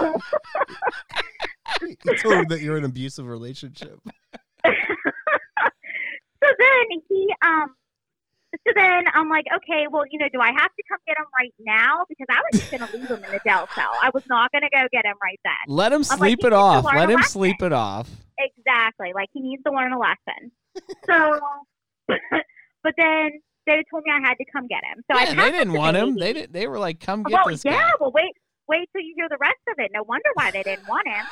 I don't know.
You told him that you're in an abusive relationship.
So then he um. So then I'm like, okay, well, you know, do I have to come get him right now? Because I was just going to leave him in the jail cell. I was not going to go get him right then.
Let him
like,
sleep
"You
it
need to
off.
learn
Let
a
him
lesson."
sleep it off.
Exactly. Like he needs to learn a lesson. So, but then they told me I had to come get him. So I
Yeah,
packed
they
up
didn't
the
want him.
baby.
They did, they were like, "Come get
well,
this
yeah.
guy."
Well, wait, wait till you hear the rest of it. No wonder why they didn't want him.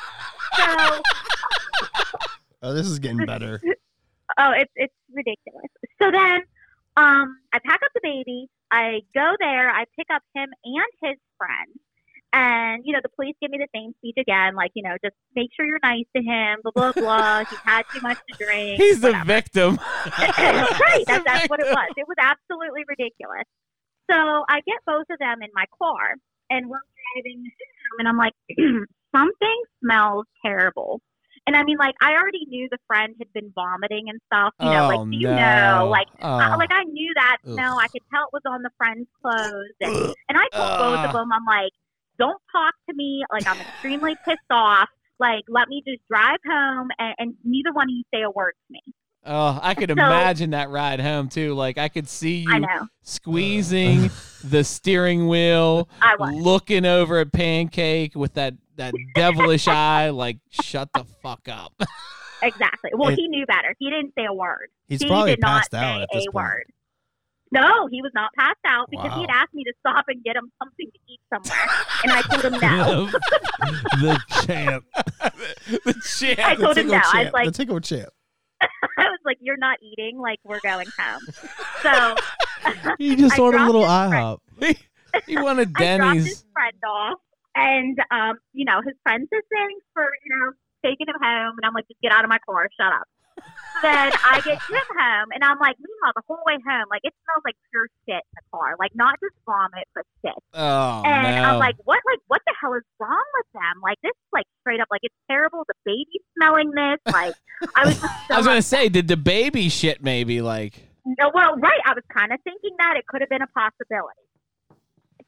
So,
Oh, this is getting better.
oh, it's it's ridiculous. So then, um, I pack up the baby. I go there. I pick up him and his friend, And, you know, the police give me the same speech again, like, you know, just make sure you're nice to him, blah, blah, blah. He's had too much to drink.
He's the victim.
right. That, that's what it was. It was absolutely ridiculous. So I get both of them in my car, and we're driving home, and I'm like, something smells terrible. And I mean, like, I already knew the friend had been vomiting and stuff. You know,
oh,
like, so you
no.
know, like, I-
Oh.
like I knew that
Ugh.
smell. I could tell it was on the friend's clothes, and, and I told both of
Ugh.
them, I'm like, don't talk to me. Like I'm extremely pissed off. Like let me just drive home, and, and neither one of you say a word to me.
Oh, I could
So-
imagine that ride home too. Like I could see
I
you
know
squeezing the steering wheel,
I was.
looking over at Pancake with that that devilish eye. Like shut the fuck up.
Exactly. Well,
It-
he knew better. He didn't say a word.
He's
he
probably
did not
passed out
say
at this
a
point.
word. No, he was not passed out because
Wow.
he had asked me to stop and get him something to eat somewhere, and I told him no.
the champ.
the shit.
I told him no. I was like,
the tickle champ.
I was like, you're not eating. Like we're going home. So
You just
I
ordered a
dropped
little
his friend.
IHOP.
You wanted
I dropped
Denny's.
his friend off, and um, you know, his friend says thanks for you know taking him home, and I'm like, just get out of my car, shut up. then I get him home, and I'm like, meanwhile, the whole way home, like it smells like pure shit in the car, like not just vomit, but shit.
Oh
and
no.
I'm like, what, like what the hell is wrong with them? Like this, is, like straight up, like it's terrible. The baby's smelling this, like I was just so
I was gonna say, did the baby shit maybe like?
no, well, right. I was kind of thinking that it could have been a possibility.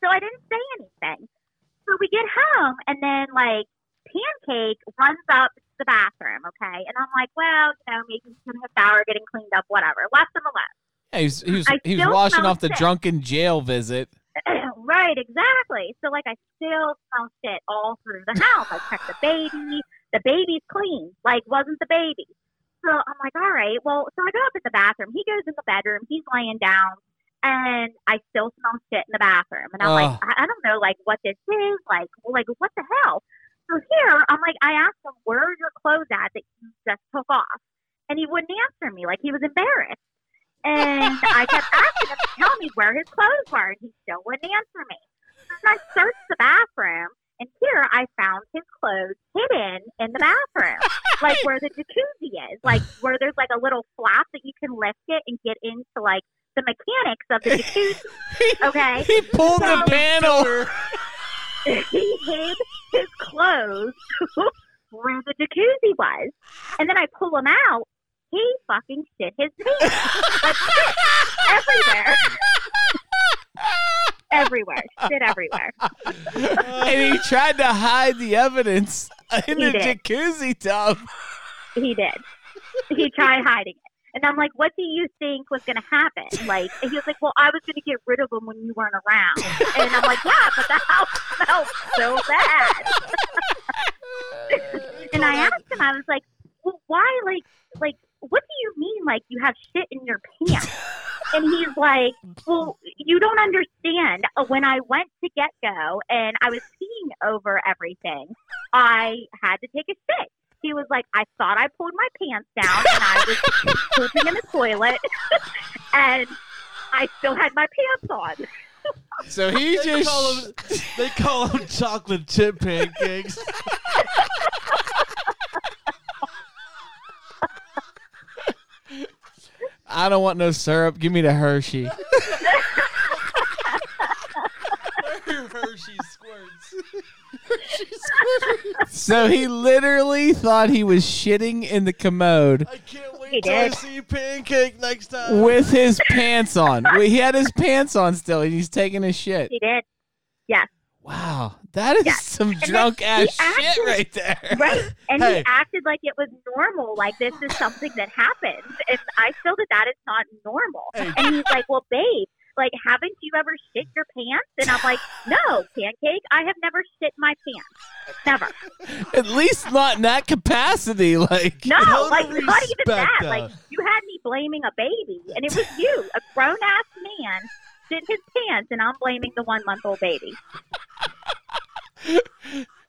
So I didn't say anything. So we get home, and then like Pancake runs up to the bathroom, okay? And I'm like, well, you know, maybe he's gonna have shower, getting cleaned up, whatever. Left him alone.
Yeah, he was he was,
I
he was
still
washing
smell
off the
sick.
drunken jail visit.
right, exactly. So like, I still smell shit all through the house. I checked the baby. The baby's clean. Like, wasn't the baby? So I'm like, all right. Well, so I go up in the bathroom. He goes in the bedroom. He's laying down, and I still smell shit in the bathroom. And I'm like,
Ugh.
I, I don't know, like what this is. Like, like what the hell? So here, I'm like, I asked him, where are your clothes at that you just took off? And he wouldn't answer me. Like he was embarrassed. And I kept asking him to tell me where his clothes were, and he still wouldn't answer me. So I searched the bathroom, and here I found his clothes hidden in the bathroom, like where the jacuzzi is, like where there's like a little flap that you can lift it and get into like the mechanics of the jacuzzi. Okay,
He pulled the
So-
panel.
he hid his clothes where the jacuzzi was, and then I pull him out. He fucking shit his pants like shit everywhere, everywhere, shit everywhere.
and he tried to hide the evidence in
He
the
did.
jacuzzi tub.
He did. He tried hiding it. And I'm like, what do you think was going to happen? Like, and he was like, well, I was going to get rid of him when you weren't around. And I'm like, yeah, but the house smelled so bad. and I asked him, I was like, well, why, like, like, what do you mean, like, you have shit in your pants? And he's like, well, you don't understand. Uh, When I went to Get Go and I was peeing over everything, I had to take a shit he was like, I thought I pulled my pants down and I was pooping in the toilet and I still had my pants on.
So he just
call him- They call them chocolate chip pancakes.
I don't want no syrup. Give me the Hershey.
Hershey squirts.
So he literally thought he was shitting in the commode
I can't
He
wait
till I did.
see pancake next time.
with his pants on. Well, He had his pants on still, and he's taking a shit.
He did.
Wow, that is
Yeah.
some
then
drunk ass
he acted-
shit right there.
Right. And
Hey.
he acted like it was normal, like this is something that happens. And I feel that that is not normal. And he's like, Well, babe, like, haven't you ever shit your pants? And I'm like, No, pancake, I have never shit my pants. Never.
At least not in that capacity. Like,
No,
Total
like not even that.
respect, uh,
Like you had me blaming a baby, and it was you, a grown ass man, did his pants, and I'm blaming the one month old baby.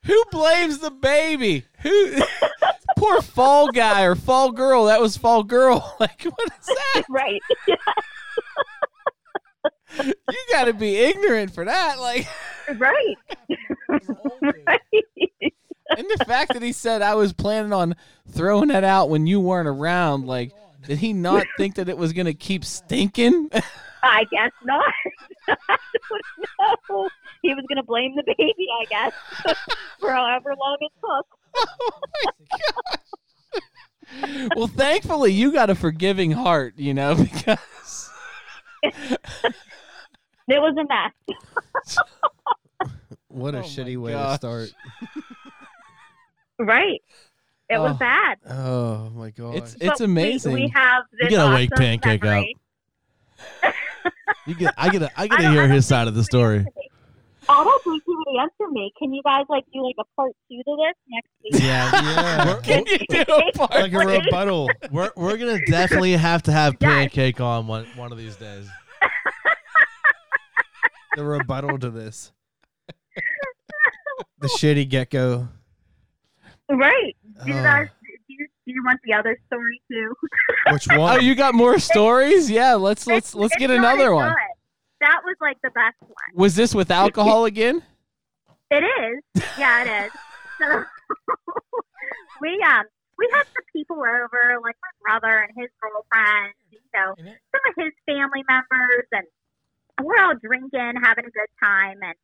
who blames the baby? Who? Poor fall guy or fall girl. That was fall girl. Like, what is that?
Right.
You got to be ignorant for that. Like,
right.
And the fact that he said I was planning on throwing that out when you weren't around, like, did he not think that it was gonna keep stinking?
I guess not. I don't know. He was going to blame the baby, I guess, for however long it took.
well, thankfully you got a forgiving heart, you know, because
It was a mess.
What a
Oh my
shitty way
gosh.
to start.
Right. It was
Oh.
bad.
Oh my god.
it's
But
it's
we-
amazing.
We, have this
gotta wake
awesome
Pancake up.
memory.
You get, I get, a, I
I
get to
don't- I
hear
don't
his side of the story.
I don't think you would answer me. Can you guys like do like a part two to this next week?
Yeah,
yeah.
Can you do a part?
like a
Right?
rebuttal.
we're we're gonna definitely have to have
Yes.
pancake on one one of these days.
The rebuttal to this. The shitty gecko.
Right. Do you
Oh.
guys do you, do you want the other story too?
Which one?
Oh, you got more stories? Yeah, let's let's
It's-
let's
it's
get
not as
another one.
good. That was like the best one.
Was this with alcohol again?
It is. Yeah, it is. So we um we had some people over, like my brother and his girlfriend, you know, some of his family members and we're all drinking, having a good time and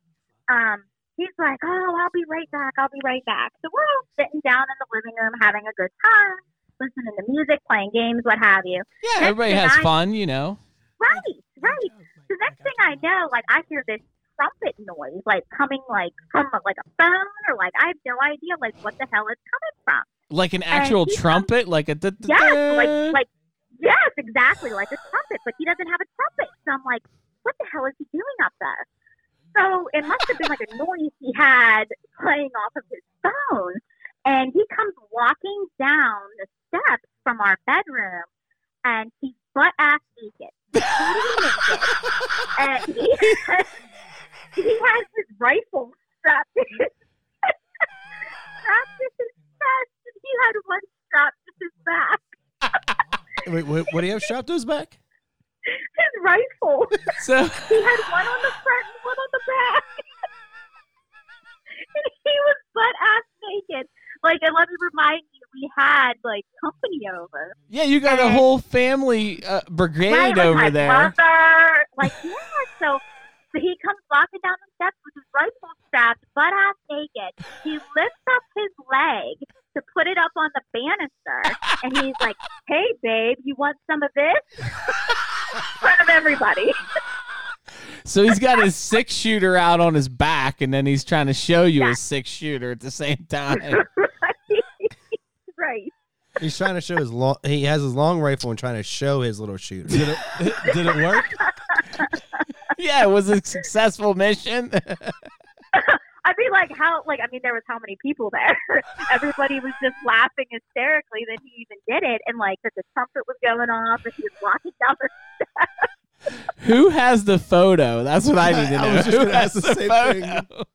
um he's like, Oh, I'll be right back, I'll be right back. So we're all sitting down in the living room having a good time, listening to music, playing games, what have you.
Yeah, everybody has
Nice.
fun, you know.
Right, right. The next thing I know, like I hear this trumpet noise, like coming like from like a phone, or like I have no idea, like what the hell it's coming from.
Like an actual
he comes-
trumpet, like a da- da-
Yes,
da.
Uh, like like yes, exactly, like a trumpet. But he doesn't have a trumpet, so I'm like, what the hell is he doing up there? So it must have been like a noise he had playing off of his phone, and he comes walking down the steps from our bedroom, and he's butt ass naked. and he has, he has his rifle strapped to his, strapped to his chest, and he had one strapped to his back.
Wait, wait, what do you have strapped to his back?
His rifle.
so
He had one on the front and one on the back. and he was butt ass naked. Like, and let me remind you, we had like company over.
yeah, you got a
And-
whole family uh, brigade
Uh, Right, like my
over there.
Brother, like, yeah, so so he comes walking down the steps with his rifle strapped, butt ass naked. He lifts up his leg to put it up on the banister, and he's like, "Hey, babe, you want some of this?" In front of everybody.
So he's got his six shooter out on his back, and then he's trying to show you
Yeah.
his six shooter at the same time.
right.
He's trying to show his long. He has his long rifle and trying to show his little shooter.
Did it did it work?
yeah, it was a successful mission.
I mean, like how, like I mean, there was how many people there? Everybody was just laughing hysterically that he even did it, and like that the trumpet was going off, and he was walking down the
Who has the photo? That's what
Uh,
I need to know.
I was just
Who
gonna
has
ask the same
photo?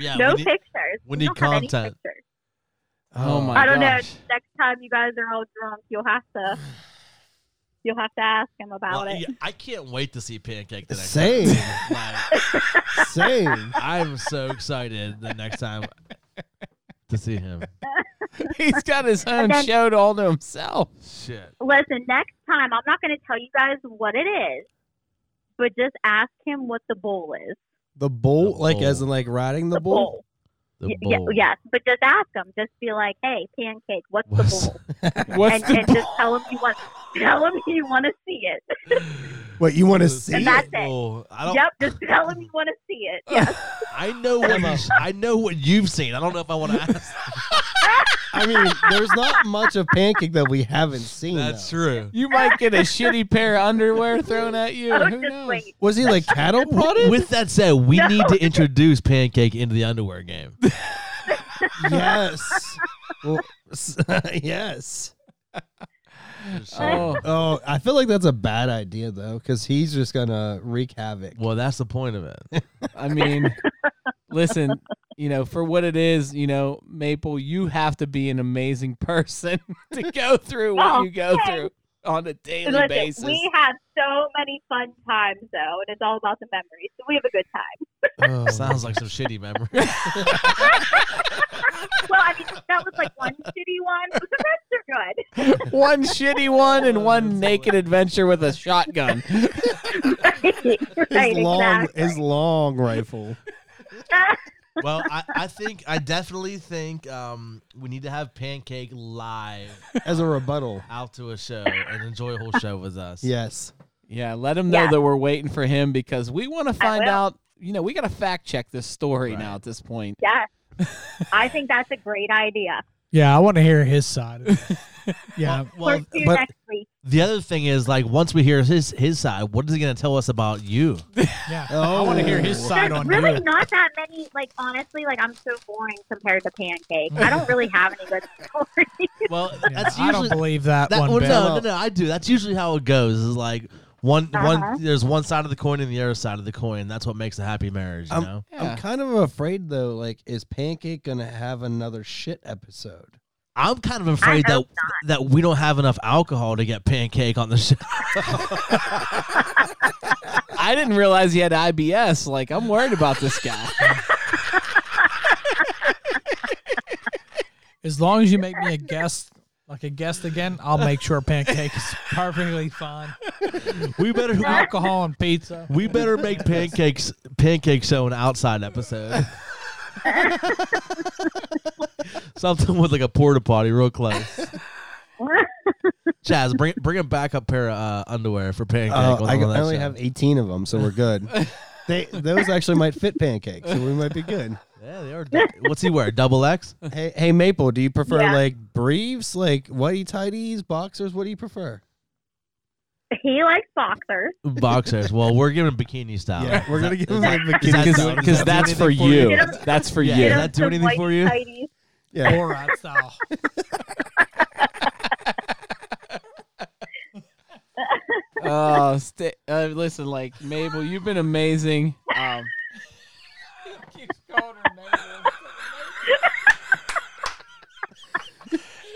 Yeah,
no
we need-
pictures.
we
We
need
don't have any
content.
pictures.
Oh my
I don't
gosh.
know. Next time you guys are all drunk, you'll have to. You'll have to ask him about
well,
it.
yeah, I can't wait to see pancake the next
Same.
time. Like,
Same.
I'm so excited the next time to see him.
He's got his own
then-
show to all to himself.
Shit.
Listen, next time I'm not going to tell you guys what it is, but just ask him what the bowl is.
The bull,
The
like
bull.
as in like riding the, bull.
The
Y- yeah,
bowl.
yes, but just ask him. Just be like, "Hey, pancake, what's the
What's-
bowl?"
What's
and,
the
and just tell him you want tell him you want to see it.
Wait, you want to
The
see?
And
it?
that's it.
bowl. oh, I don't.
Yep, just tell him you want to see it. Yeah,
I know what he's- I know what you've seen. I don't know if I want to ask.
I mean, there's not much of pancake that we haven't seen.
That's
though.
true.
You might get a shitty pair of underwear thrown at you.
oh,
Who
just
knows?
wait.
Was he like cattle prodded?
With that said, we
No.
need to introduce pancake into the underwear game.
yes. Well, s- yes.
Oh,
Oh, I feel like that's a bad idea though, because he's just gonna wreak havoc.
Well, that's the point of it.
I mean, listen, you know, for what it is, you know, Maple, you have to be an amazing person to go through what
Oh,
you go
hey.
through. on a daily
Listen,
basis.
we have so many fun times though, and it's all about the memories. So we have a good time.
Oh.
Sounds like some shitty memory.
Well, I mean, that was like one shitty one, but the rest are good.
one shitty one and one naked adventure with a shotgun.
right,
His long,
exactly.
his long rifle.
well, I, I think I definitely think um, we need to have Pancake live
as a rebuttal.
out to a show and enjoy a whole show with us.
Yes.
Yeah, let him know
Yeah.
that we're waiting for him because we want to find
will.
out. You know, we got to fact check this story now at this point.
yes, I think that's a great idea.
Yeah, I want to hear his side. of it. yeah,
Well,
Let's do
but-
next week.
the other thing is like once we hear his his side, what is he going to tell us about you?
yeah.
Oh.
I want to hear his side
There's
on
really
you.
not that many. Like honestly, like I'm so boring compared to Pancake. I don't really have any good stories.
Well,
Yeah,
that's
I
usually
don't believe that,
that
one
well,
bit.
no, no, no, I do. That's usually how it goes. Is like one
Uh-huh.
one there's one side of the coin and the other side of the coin. That's what makes a happy marriage, you
Um,
know.
Yeah.
I'm kind of afraid though. Like, is Pancake gonna have another shit episode?
I'm kind of afraid that
hope
that we don't have enough alcohol to get pancake on the show.
I didn't realize he had IBS. Like, I'm worried about this guy.
As long as you make me a guest, like a guest again, I'll make sure pancake is perfectly fine.
we better
Alcohol and pizza.
we better make pancakes pancake show an outside episode. Something with like a porta potty, real close. Chaz, bring bring a backup pair of uh, underwear for pancake.
Uh,
on-
I,
on
I
that
only
show.
have 18 of them, so we're good. they those actually might fit Pancake, so we might be good.
Yeah, they are. dou- What's he wear? Double X?
Hey, hey Maple, do you prefer
Yeah.
like briefs, like whitey tidies, boxers? What do you prefer?
he likes boxers.
Boxers. Well, we're giving bikini style.
Yeah, we're gonna give him like
Is that-
bikini.
is
style.
that- does
Because
that
that's
do
for
anything for
you.
you?
That's for
Yeah,
you.
Did
Get
that
him
do
some
anything
white
for you?
tighties.
yeah.
Borat style.
Oh, sta uh, listen, like Mabel, you've been amazing. Um,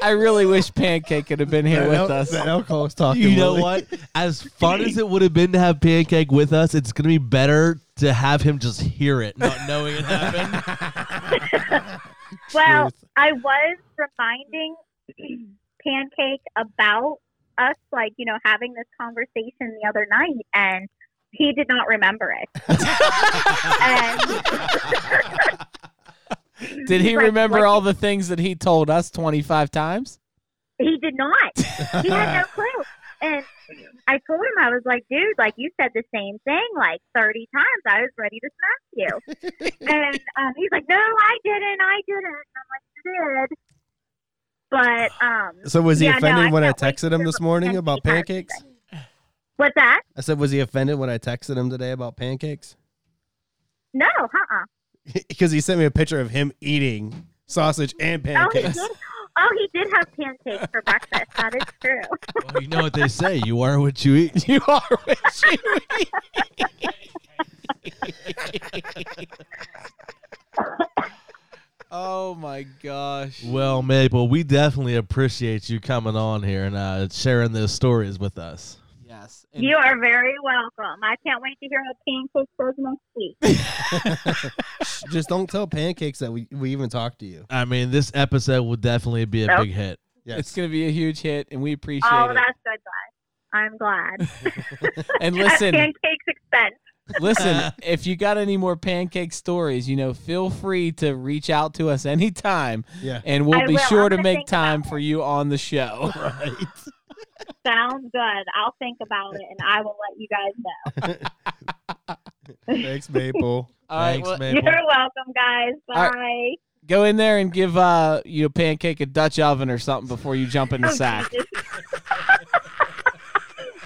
I really wish Pancake could have been here
That
with
al-
us.
That alcohol was talking.
You know
Willie.
what? As fun as it would have been to have pancake with us, it's gonna be better to have him just hear it, not knowing it happened.
Well,
Truth.
I was reminding Pancake about us, like, you know, having this conversation the other night, and he did not remember it. and
Did he
Like,
remember
like-
all the things that he told us 25 times?
he did not. He had no clue. And I told him, I was like, dude, like, you said the same thing like 30 times. I was ready to smack you. and um, he's like, no, I didn't. I didn't. I'm like, you did. But, um,
So was he
Yeah, no,
offended
I
when I
can't wait
texted
to
him
hear
this
what
morning
Pancake
about
has to
pancakes?
what's that?
I said, was he offended when I texted him today about pancakes?
No, uh uh
Because he sent me a picture of him eating sausage and
Oh, he
pancakes.
did. Oh, he did have pancakes for breakfast. That is true.
Well, you know what they say: you are what you eat.
You are what you eat. oh my gosh.
Well, Maple, we definitely appreciate you coming on here and uh, sharing those stories with us.
Yes. And
You are very welcome. I can't wait to hear what pancakes says next week.
Just don't tell pancakes that we, we even talked to you.
I mean, this episode will definitely be a
Nope.
big hit.
It's going to be a huge hit, and we appreciate
Oh,
it.
that's good, guys. I'm glad.
And
At
listen,
pancakes expense.
listen, if you got any more pancake stories, you know, feel free to reach out to us anytime,
Yeah.
and we'll
I
be
will.
sure
I'm
to
gonna
make
think about
time for you on the show.
Sounds good. I'll think about it and I will let you guys know.
Thanks, Maple.
All right,
Thanks,
well,
Maple.
You're welcome, guys.
All
Bye.
go in there and give uh, you know, pancake a Dutch oven or something before you jump in the
Oh,
sack.
Jesus.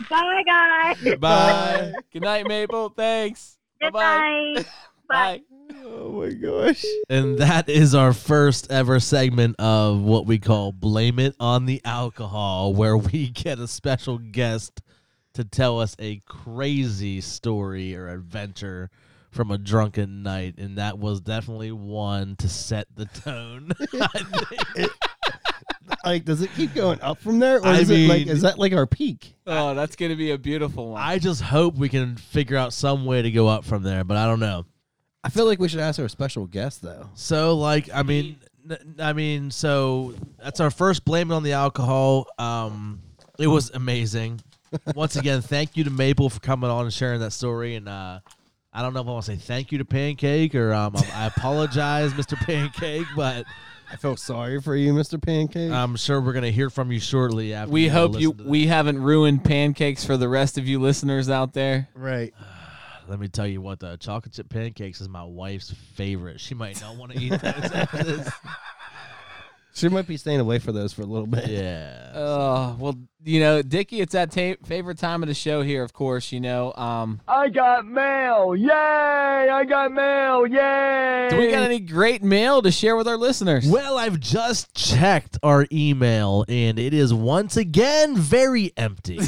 Bye, guys. Good
Bye.
Good night, Maple. Thanks. Bye-bye.
night.
Bye.
Oh my gosh.
And that is our first ever segment of what we call Blame It on the Alcohol, where we get a special guest to tell us a crazy story or adventure from a drunken night. And that was definitely one to set the tone.
like, does it keep going up from there, or
I
is it like,
mean-
is that like our peak?
Oh, that's gonna be a beautiful one.
I just hope we can figure out some way to go up from there, but I don't know.
I feel like we should ask our special guest though.
So, like, I mean, n- I mean, so that's our first blame it on the alcohol. Um, it was amazing. Once again, thank you to Maple for coming on and sharing that story. And uh, I don't know if I want to say thank you to Pancake or um, I I apologize, Mr. Pancake, but
I feel sorry for you, Mister Pancake.
I'm sure we're gonna hear from you shortly after.
we
you
hope
listen
you
to
we haven't ruined pancakes for the rest of you listeners out there.
right.
this. Let me tell you what the chocolate chip pancakes is my wife's favorite. She might not want to eat those. after this.
She might be staying away for those for a little bit.
Yeah.
Oh well, you know, Dickie, it's that ta- favorite time of the show here. Of course, you know. Um,
I got mail! Yay! I got mail! Yay!
do we got any great mail to share with our listeners?
Well, I've just checked our email and it is once again very empty.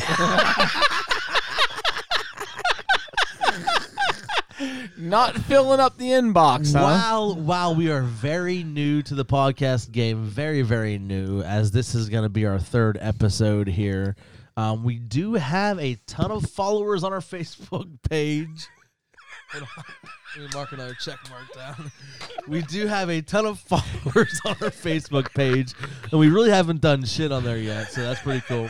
Not filling up the inbox, huh?
while while we are very new to the podcast game, very very new, as this is going to be our third episode here, um, we do have a ton of followers on our Facebook page. Hold on. Let me mark another check mark down. We do have a ton of followers on our Facebook page, and we really haven't done shit on there yet, so that's pretty cool.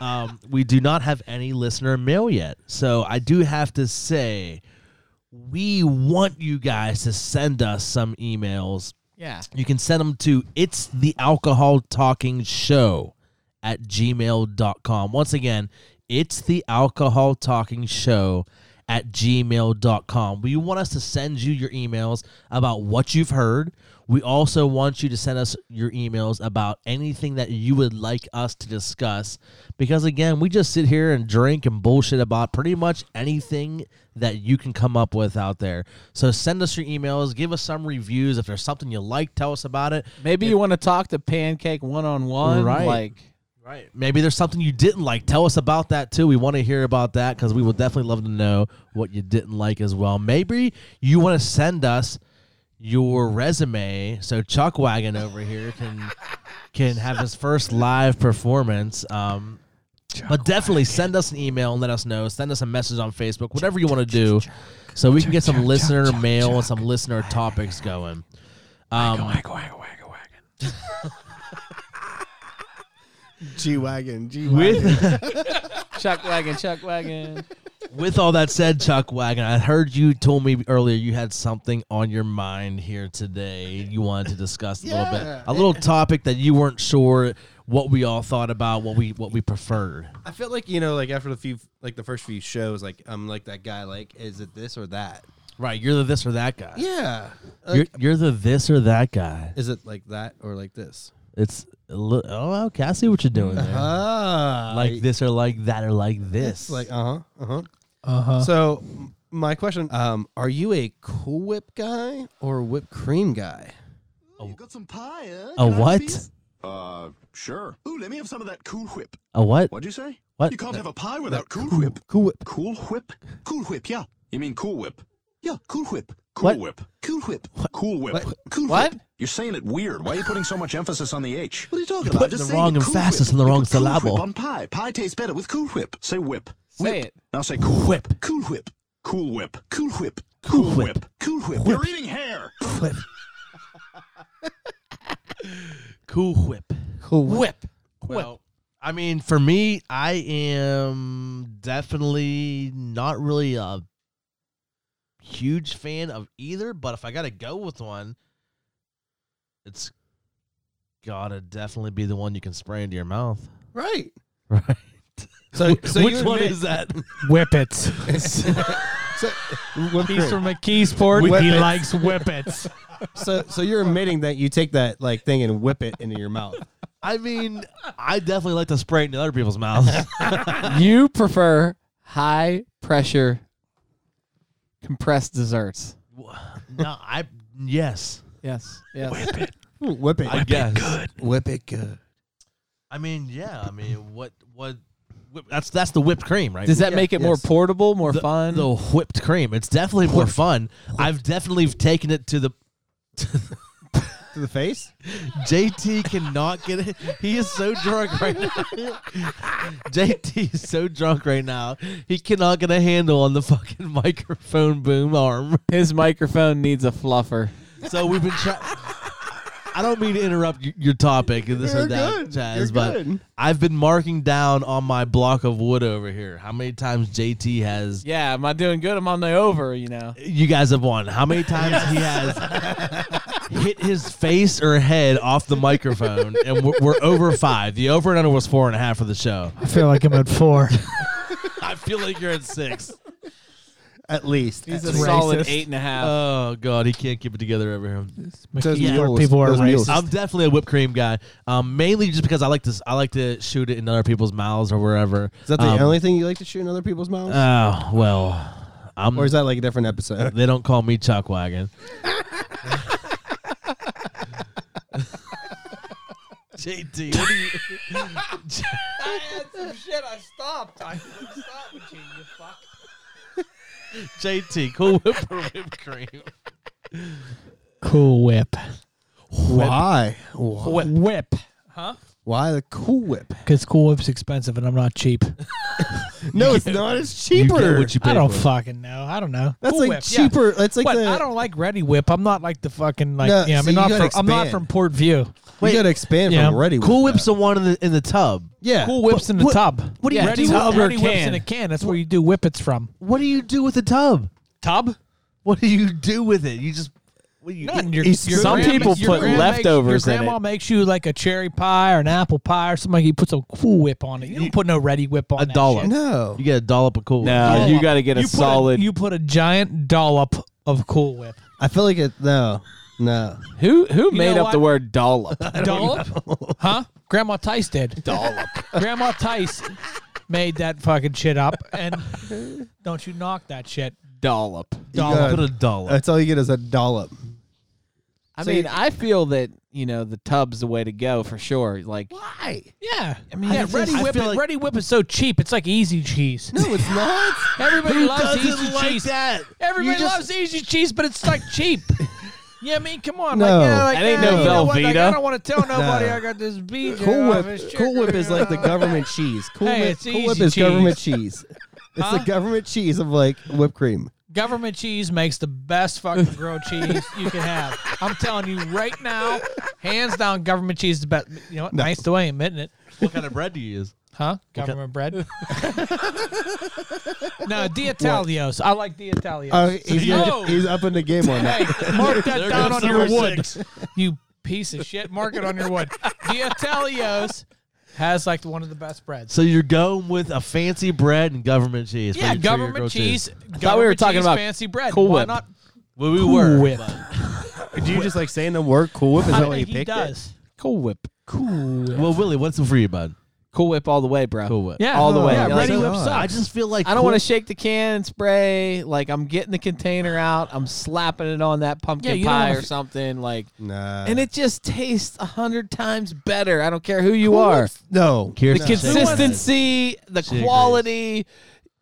Um, we do not have any listener mail yet, so I do have to say we want you guys to send us some emails.
Yeah.
You can send them to it's the alcohol talking show at gmail.com. Once again, it's the alcohol talking show at gmail.com. We want us to send you your emails about what you've heard. We also want you to send us your emails about anything that you would like us to discuss because, again, we just sit here and drink and bullshit about pretty much anything that you can come up with out there. So send us your emails, give us some reviews. If there's something you like, tell us about it.
Maybe you want to talk to Pancake one on one,
Right.
Like,
Right. Maybe there's something you didn't like. Tell us about that too. We want to hear about that because we would definitely love to know what you didn't like as well. Maybe you want to send us your resume so Chuck Wagon over here can can have his first live performance. Um, but definitely send us an email and let us know. Send us a message on Facebook, whatever you want to do, so we can get some listener mail and some listener topics going. Um,
G wagon. G
with
Chuck Wagon, Chuck Wagon.
With all that said, Chuck Wagon, I heard you told me earlier you had something on your mind here today. You wanted to discuss a little bit, a little topic that you weren't sure what we all thought about, what we what we preferred.
I feel like you know, like after the few, like the first few shows, like I'm like that guy. Like, is it this or that?
Right, you're the this or that guy.
Yeah.
You're, you're the this or that guy.
is it like that or like this?
It's a li- oh okay, I see what you're doing there.
Ah,
Like this or like that or like
It's
this.
Like, uh huh, uh huh, uh huh. So, m- my question: um, Are you a Cool Whip guy or whipped cream guy?
eh?
a
oh,
what?
Uh, sure. Ooh, let me have some of that Cool Whip.
A what?
What'd you say?
What?
You can't have a pie without Cool Whip.
Cool Whip.
Cool Whip? Cool Whip, yeah. You mean Cool Whip? Yeah, Cool Whip. Cool
What?
Whip. Cool Whip. Cool Whip.
What?
Cool
What?
Whip. You're saying it weird. Why are you putting so much emphasis on the H? What are you talking about?
putting
Just
the
saying
wrong
it, Cool
emphasis
Whip.
in the
You
wrong
put Cool Whip
syllable.
on pie. Pie tastes better with Cool Whip. Say whip.
Say
Whip.
it.
Now say Cool Whip.
Whip.
Cool Whip. Cool Whip. Cool Whip.
Cool Whip.
Cool Whip. You're eating hair.
Cool whip.
Cool Whip.
Whip.
Well, I mean, for me, I am definitely not really a huge fan of either, but if I got to go with one, it's got to definitely be the one you can spray into your mouth.
Right.
Right.
So, so
Which
you
one
admit-
is that?
Whippets.
so, whipped
He's
cream.
from McKeesport. He
Whippets.
likes whippets.
so, so you're admitting that you take that like thing and whip it into your mouth.
I mean, I definitely like to spray it into other people's mouths.
You prefer high pressure compressed desserts.
no, I yes.
Yes. Yes.
Ooh, whip it.
I guess. good.
Whip it good.
I mean, yeah. I mean, what what whip, that's that's the whipped cream, right?
Does that
Yeah,
make it more
yes.
portable, more
the,
fun?
The whipped cream. It's definitely more fun. I've definitely taken it to the
to the face?
JT cannot get it. He is so drunk right now. JT is so drunk right now. He cannot get a handle on the fucking microphone boom arm.
His microphone needs a fluffer.
So we've been trying. I don't mean to interrupt y- your topic and this
You're
and that,
good.
Chaz,
You're
but
good.
I've been marking down on my block of wood over here how many times JT has.
Yeah, am I doing good? I'm on the over, you know.
You guys have won. How many times he has hit his face or head off the microphone, and we're, we're over five. The over and under was four and a half for the show.
I feel like I'm at four.
I feel like you're at six.
At least.
He's a
That's
solid
racist.
eight and a half.
Oh God, he can't keep it together over here.
Making
Yeah.
sure people are
Those mules.
racist.
I'm definitely a whipped cream guy, um, mainly just because I like to I like to shoot it in other people's mouths or wherever.
Is that the
Um,
only thing you like to shoot in other people's mouths?
Oh well, I'm.
or is that like a different episode?
they don't call me Chuck Wagon. JT, what do you,
Shit, I stopped. I stopped with you, you fuck.
JT, cool whip or whipped cream?
Cool whip.
Why? Why?
Whip. Whip.
Why the Cool Whip?
Because Cool Whip's expensive and I'm not cheap.
No, it's not. It's
You get
cheaper.
what you pay
I don't
for.
fucking know. I don't know.
That's
Cool
like
Whip, yeah.
cheaper. That's like
but
the.
I don't like Ready Whip. I'm not like the fucking like.
No,
yeah, I
see,
mean,
you
not
gotta
from, I'm not
expand.
from Port View.
you gotta expand
Yeah.
from Ready Whip.
Cool Whip's the one in the in the tub.
Yeah.
Cool Whip's in the
what-
tub.
what do you
Ready
do
Whip-
with
Ready
a
Whip's
can?
in a can. That's where you do whippets from.
What do you do with the tub?
Tub?
What do you do with it? You just what do you
None. Your,
It's-
your
Some
grandma-
people
your
put
grandma
leftovers in
makes, Your grandma makes you like a cherry pie or an apple pie or something. You put some Cool Whip on it. You don't put no Ready Whip on
a
that
dollop.
shit.
No.
You get a dollop of cool.
No,
Whip.
you got to get a
You put
solid.
you put a giant dollop of Cool Whip.
I feel like it. No. No.
who who made
know
up the
what?
word dollop?
Dollop? Huh? Grandma Tice did. Dollop. Grandma Tice made that fucking shit up. And don't you knock that shit.
dollop.
dollop.
got-
Put a dollop.
That's all you get is a dollop.
I
So
mean,
you-
I feel that you know the tub's the way to go for sure. Like
Why?
Yeah. I mean,
I
yeah,
just-
Ready
I
Whip,
feel like-
Ready Whip is so cheap. It's like easy cheese.
No, it's not.
Everybody loves easy cheese.
that?
Everybody
You just-
loves easy cheese, but it's like cheap. Yeah, I mean, come on.
No.
like, yeah, like,
That ain't
yeah,
no
you know what, like, I
Velveeta.
don't want to tell nobody
No.
I got this beef.
Cool Whip. Cool Whip is like the government cheese. Cool,
Hey,
Whip,
it's
cool Whip
easy
is
cheese.
government cheese. It's
Huh?
the government cheese of like whipped cream.
Government cheese makes the best fucking grilled cheese you can have. I'm telling you right now, hands down, government cheese is the best. You know what? Nice the way I'm admitting it.
What kind of bread do you use?
Huh? Government bread? no, D'Italios. I like D'Italios.
Uh,
Oh, he's, gonna-
Oh!
he's up in the game on that.
hey, mark that
There
down
goes
on your
number
wood.
six.
You piece of shit. Mark it on your wood. D'Italios has like one of the best breads.
So you're going with a fancy bread and government cheese. for
Yeah,
your- for your
government
grilled
cheese.
thought we were
government
talking
cheese,
about
fancy bread.
Cool
Why
Whip.
not
Well, we
Cool
were.
Whip?
but-
Do you just like saying the word cool whip? Is
I
that what you
think he
picked?
does.
Cool Whip.
Cool.
Well, Willie, what's it for you, bud?
Cool Whip all the way, bro.
Cool Whip.
Yeah,
all the way.
Yeah,
Like,
Ready
so
Whip
hard.
sucks.
I just feel like
I don't want to shake the can and spray. Like I'm getting the container out. I'm slapping it on that
Yeah,
pumpkin
you don't
pie
wanna-
or something. Like,
Nah.
and it just tastes a hundred times better. I don't care who you are.
no.
Here's
The
the
consistency, the
She agrees.
quality.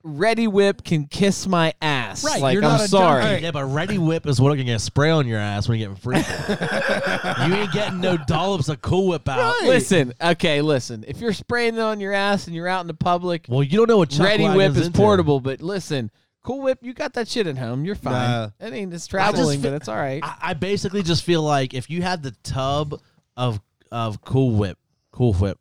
Ready Whip can kiss my ass.
Right,
Like
you're
I'm
not a
sorry.
junkie.
Yeah, but Ready Whip is what you're gonna spray on your ass when you get free. you ain't getting no dollops of Cool Whip out.
Listen, okay, listen. If you're spraying it on your ass and you're out in the public,
Well, you don't know what Chuck
Ready Whip
Wagon's
is
into.
portable, but listen, Cool Whip, you got that shit at home. You're fine.
Nah.
It ain't it's traveling,
fe-
but it's all right.
I, I basically just feel like if you had the tub of of Cool Whip, Cool Whip,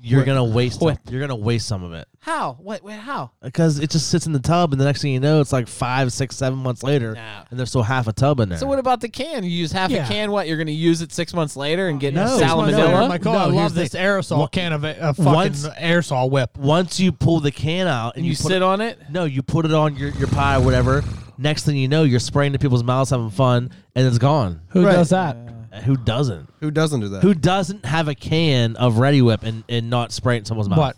you're gonna waste.
Whip.
You're gonna waste some of it
how? Wait, wait, how?
because it just sits in the tub, and the next thing you know, it's like five, six, seven months later,
Nah.
and there's still half a tub in there.
So what about the can? You use half
Yeah.
a can. What you're going to use it six months later and get
No. Six months later,
salmonella?
I'm like, oh, I love this
aerosol can of a, fucking
Once-
aerosol whip.
Once you pull the can out and
you
you, put
sit on it.
No, you put it on your, your pie or whatever. Next thing you know, you're spraying to people's mouths, having fun, and it's gone.
Who
Right.
does that?
Uh, Who doesn't?
Who doesn't do that?
Who doesn't have a can of Ready Whip and, and not spray it in someone's mouth?
But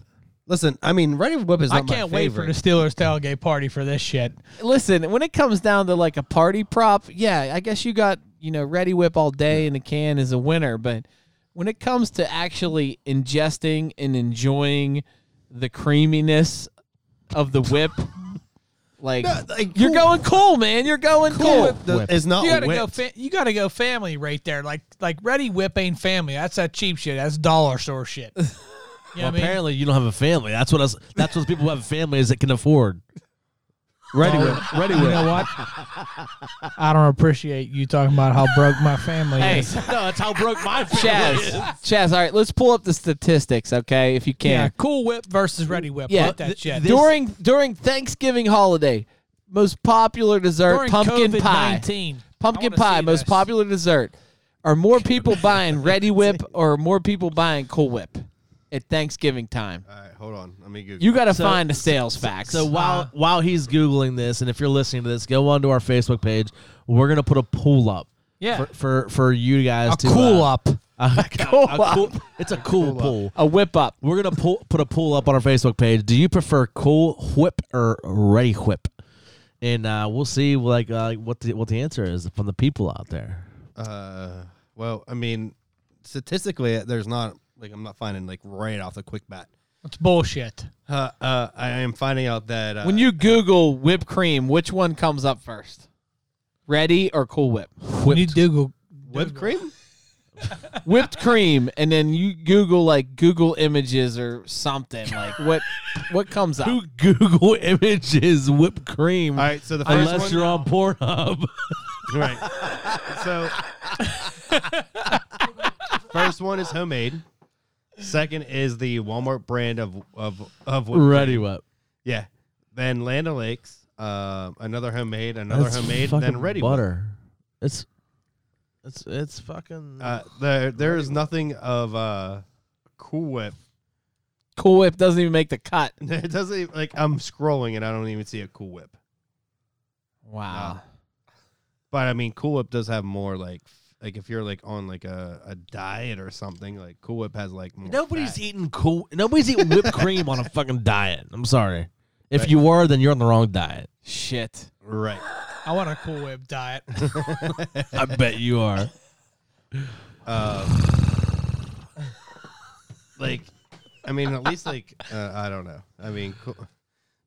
Listen, I mean, Ready Whip is
I
not my
can't wait for the
favorite.
Steelers tailgate party for this shit.
Listen, when it comes down to like a party prop, yeah, I guess you got you know Ready Whip all day in a can is a winner, but when it comes to actually ingesting and enjoying the creaminess of the whip, Like,
No, like,
you're
cool-
going cool, man. You're going cool.
Whip does- is not
You gotta
whipped.
go. Fa- you gotta go. Family right there. Like like ready whip ain't family. That's that cheap shit. That's dollar store shit. You
Well,
know what I mean?
apparently you don't have a family. That's what us. That's what people who have families that can afford.
ready whip. Ready whip.
You know what? I don't appreciate you talking about how broke my family
Hey,
is.
No, that's how broke my family is.
Chaz, Chaz. All right, let's pull up the statistics, okay? If you
Yeah,
can.
cool whip versus ready whip.
Yeah,
Let that
th-
shit.
th-
during during Thanksgiving holiday, most popular dessert
During
pumpkin pie.
COVID-19,
Pumpkin
I wanna
pie,
see
most
this.
popular dessert. Are more people buying Ready Whip or more people buying Cool Whip at Thanksgiving time?
All right, hold on. Let me Google.
You got to find the sales facts.
So while while he's googling this, and if you're listening to this, go onto our Facebook page. We're gonna put a poll up.
Yeah.
For for, for you guys
A
to
cool
uh,
up.
A,
Cool
a cool-
up.
It's a cool poll.
a whip up.
We're gonna pull, put a poll up on our Facebook page. Do you prefer cool whip or ready whip? And uh, we'll see like uh, what the what the answer is from the people out there.
Uh, well, I mean, statistically, there's not like I'm not finding like right off the quick bat.
It's bullshit.
Uh, uh, I am finding out that uh,
When you Google whipped cream, which one comes up first? Ready or Cool Whip?
When you Google
whipped cream.
Whipped cream, and then you Google like Google images or something. Like what? What comes up?
Who Google images whipped cream?
All right, so the first
unless
one,
you're on Pornhub.
right. So first one is homemade. Second is the Walmart brand of of of whipped
ready
cream.
whip.
Yeah. Then Land O'Lakes. Uh, another homemade. Another
That's
homemade.
fucking
Then ready Whip.
butter. It's it's it's fucking.
Uh, there there is nothing of uh, Cool Whip.
Cool Whip doesn't even make the cut.
It doesn't even- like I'm scrolling and I don't even see a Cool Whip.
Wow.
But I mean, Cool Whip does have more like f- like if you're like on like a, a diet or something, like Cool Whip has like more
nobody's
fat.
eating cool. Nobody's eating whipped cream on a fucking diet. I'm sorry. If
Right.
you were, then you're on the wrong diet.
Shit.
right.
I want a cool whip diet.
I bet you are.
Um, Like, I mean, at least like uh, I don't know. I mean, cool.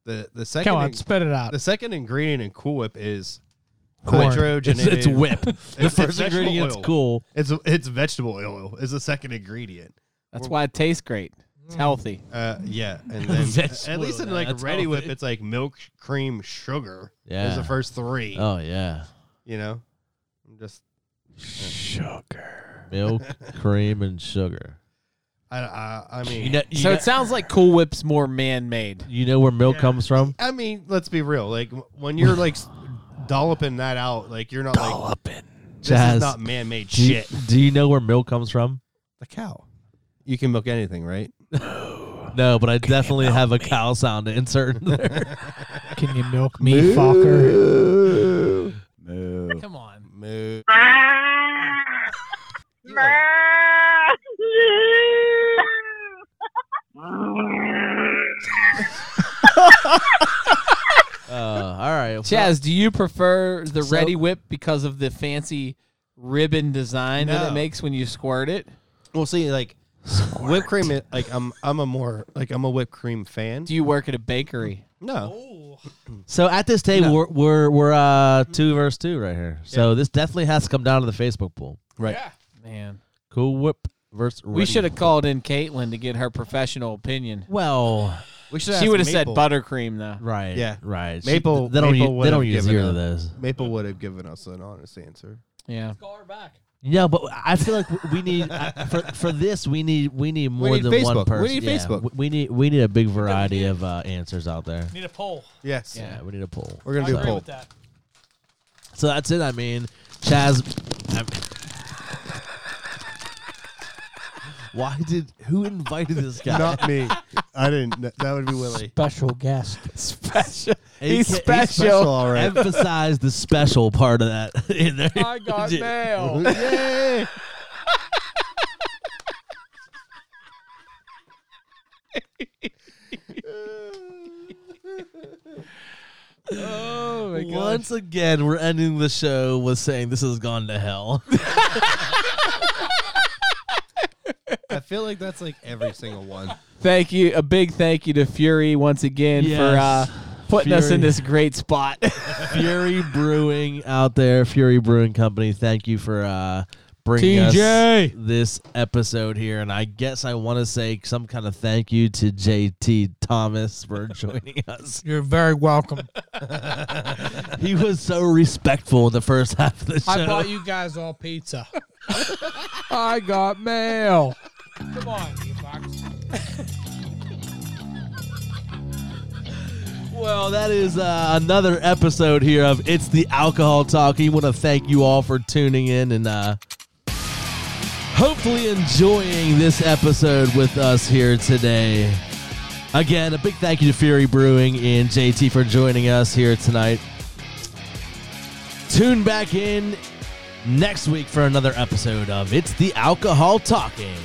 the the second
Come on,
in-
spit it out.
the second ingredient in Cool Whip is
Corn.
It's,
hydrogenated.
it's whip. The
it's
first
vegetable
ingredient's
oil.
cool.
It's it's vegetable oil is the second ingredient.
That's why it tastes great. It's
Mm.
healthy.
Uh, yeah, and then
Vegetable
at least
oil,
in
yeah,
like
that's
Ready Whip,
healthy.
it's like milk, cream, sugar. is
Yeah.
the first three.
Oh yeah.
You know, I'm just
Milk, cream, and sugar.
I I, I mean
You know. You,
So
know,
it sounds like Cool Whip's more man made.
you know where milk comes from?
I mean, let's be real. Like w- when you're like s- dolloping that out, like you're not like this
Jazz.
is not man-made
do you,
shit.
do you know where milk comes from?
The cow. You can milk anything, right?
No, but I definitely have a cow sound to insert in there.
Can you milk me, fucker? Come on.
Moo.
Uh, all right.
Chaz, do you prefer the
So-
Ready Whip because of the fancy ribbon design that it
No.
makes when you squirt it?
Well, see, like whipped cream. is- Like I'm I'm a more like I'm a whipped cream fan.
Do you work at a bakery?
Oh.
no,
So at this table, we're we're, we're uh, two versus two right here. So this definitely has to come down to the Facebook pool.
right?
Man.
Cool Whip versus.
We should have called in Caitlin to get her professional opinion.
Well,
We should.
She
ask
would have said
Maple.
buttercream, though.
right.
Yeah.
Right. She-
Maple-
they don't. use,
Maple
they
would've
don't use
given
either
a-
of those.
Maple would have given us an honest answer.
Yeah.
Yeah, but I feel like w- we need I- for for this we need we need more
need
than one
Facebook.
person.
We need
Yeah,
Facebook.
w- We need we need a big variety of uh, answers out there.
Need a poll.
Yes.
Yeah, we need a poll.
We're gonna do a poll.
that.
So that's it. I mean, Chaz. I'm- why did who invited this guy?
Not me. I didn't. That would be Willie.
Special guest.
Special.
He
He's
ca- he's
special.
Special, all right.
Emphasize the special part of that in there.
I got mail.
Yay!
Oh, my God.
Once again, we're ending the show with saying this has gone to hell.
I feel like that's like every single one.
Thank you. A big thank you to Fury once again
Yes.
for uh, putting us
Fury.
in this great spot.
Fury Brewing out there, Fury Brewing Company. Thank you for uh, bringing
E
us
TJ.
this episode here, and I guess I want to say some kind of thank you to JT Thomas for joining us.
You're very welcome.
He was so respectful in the first half of the show.
I bought you guys all pizza. I got mail. Come on, you fox.
Well, that is uh, another episode here of It's the Alcohol Talk. We want to thank you all for tuning in and uh, hopefully enjoying this episode with us here today. Again, a big thank you to Fury Brewing and JT for joining us here tonight. Tune back in next week for another episode of It's the Alcohol Talking.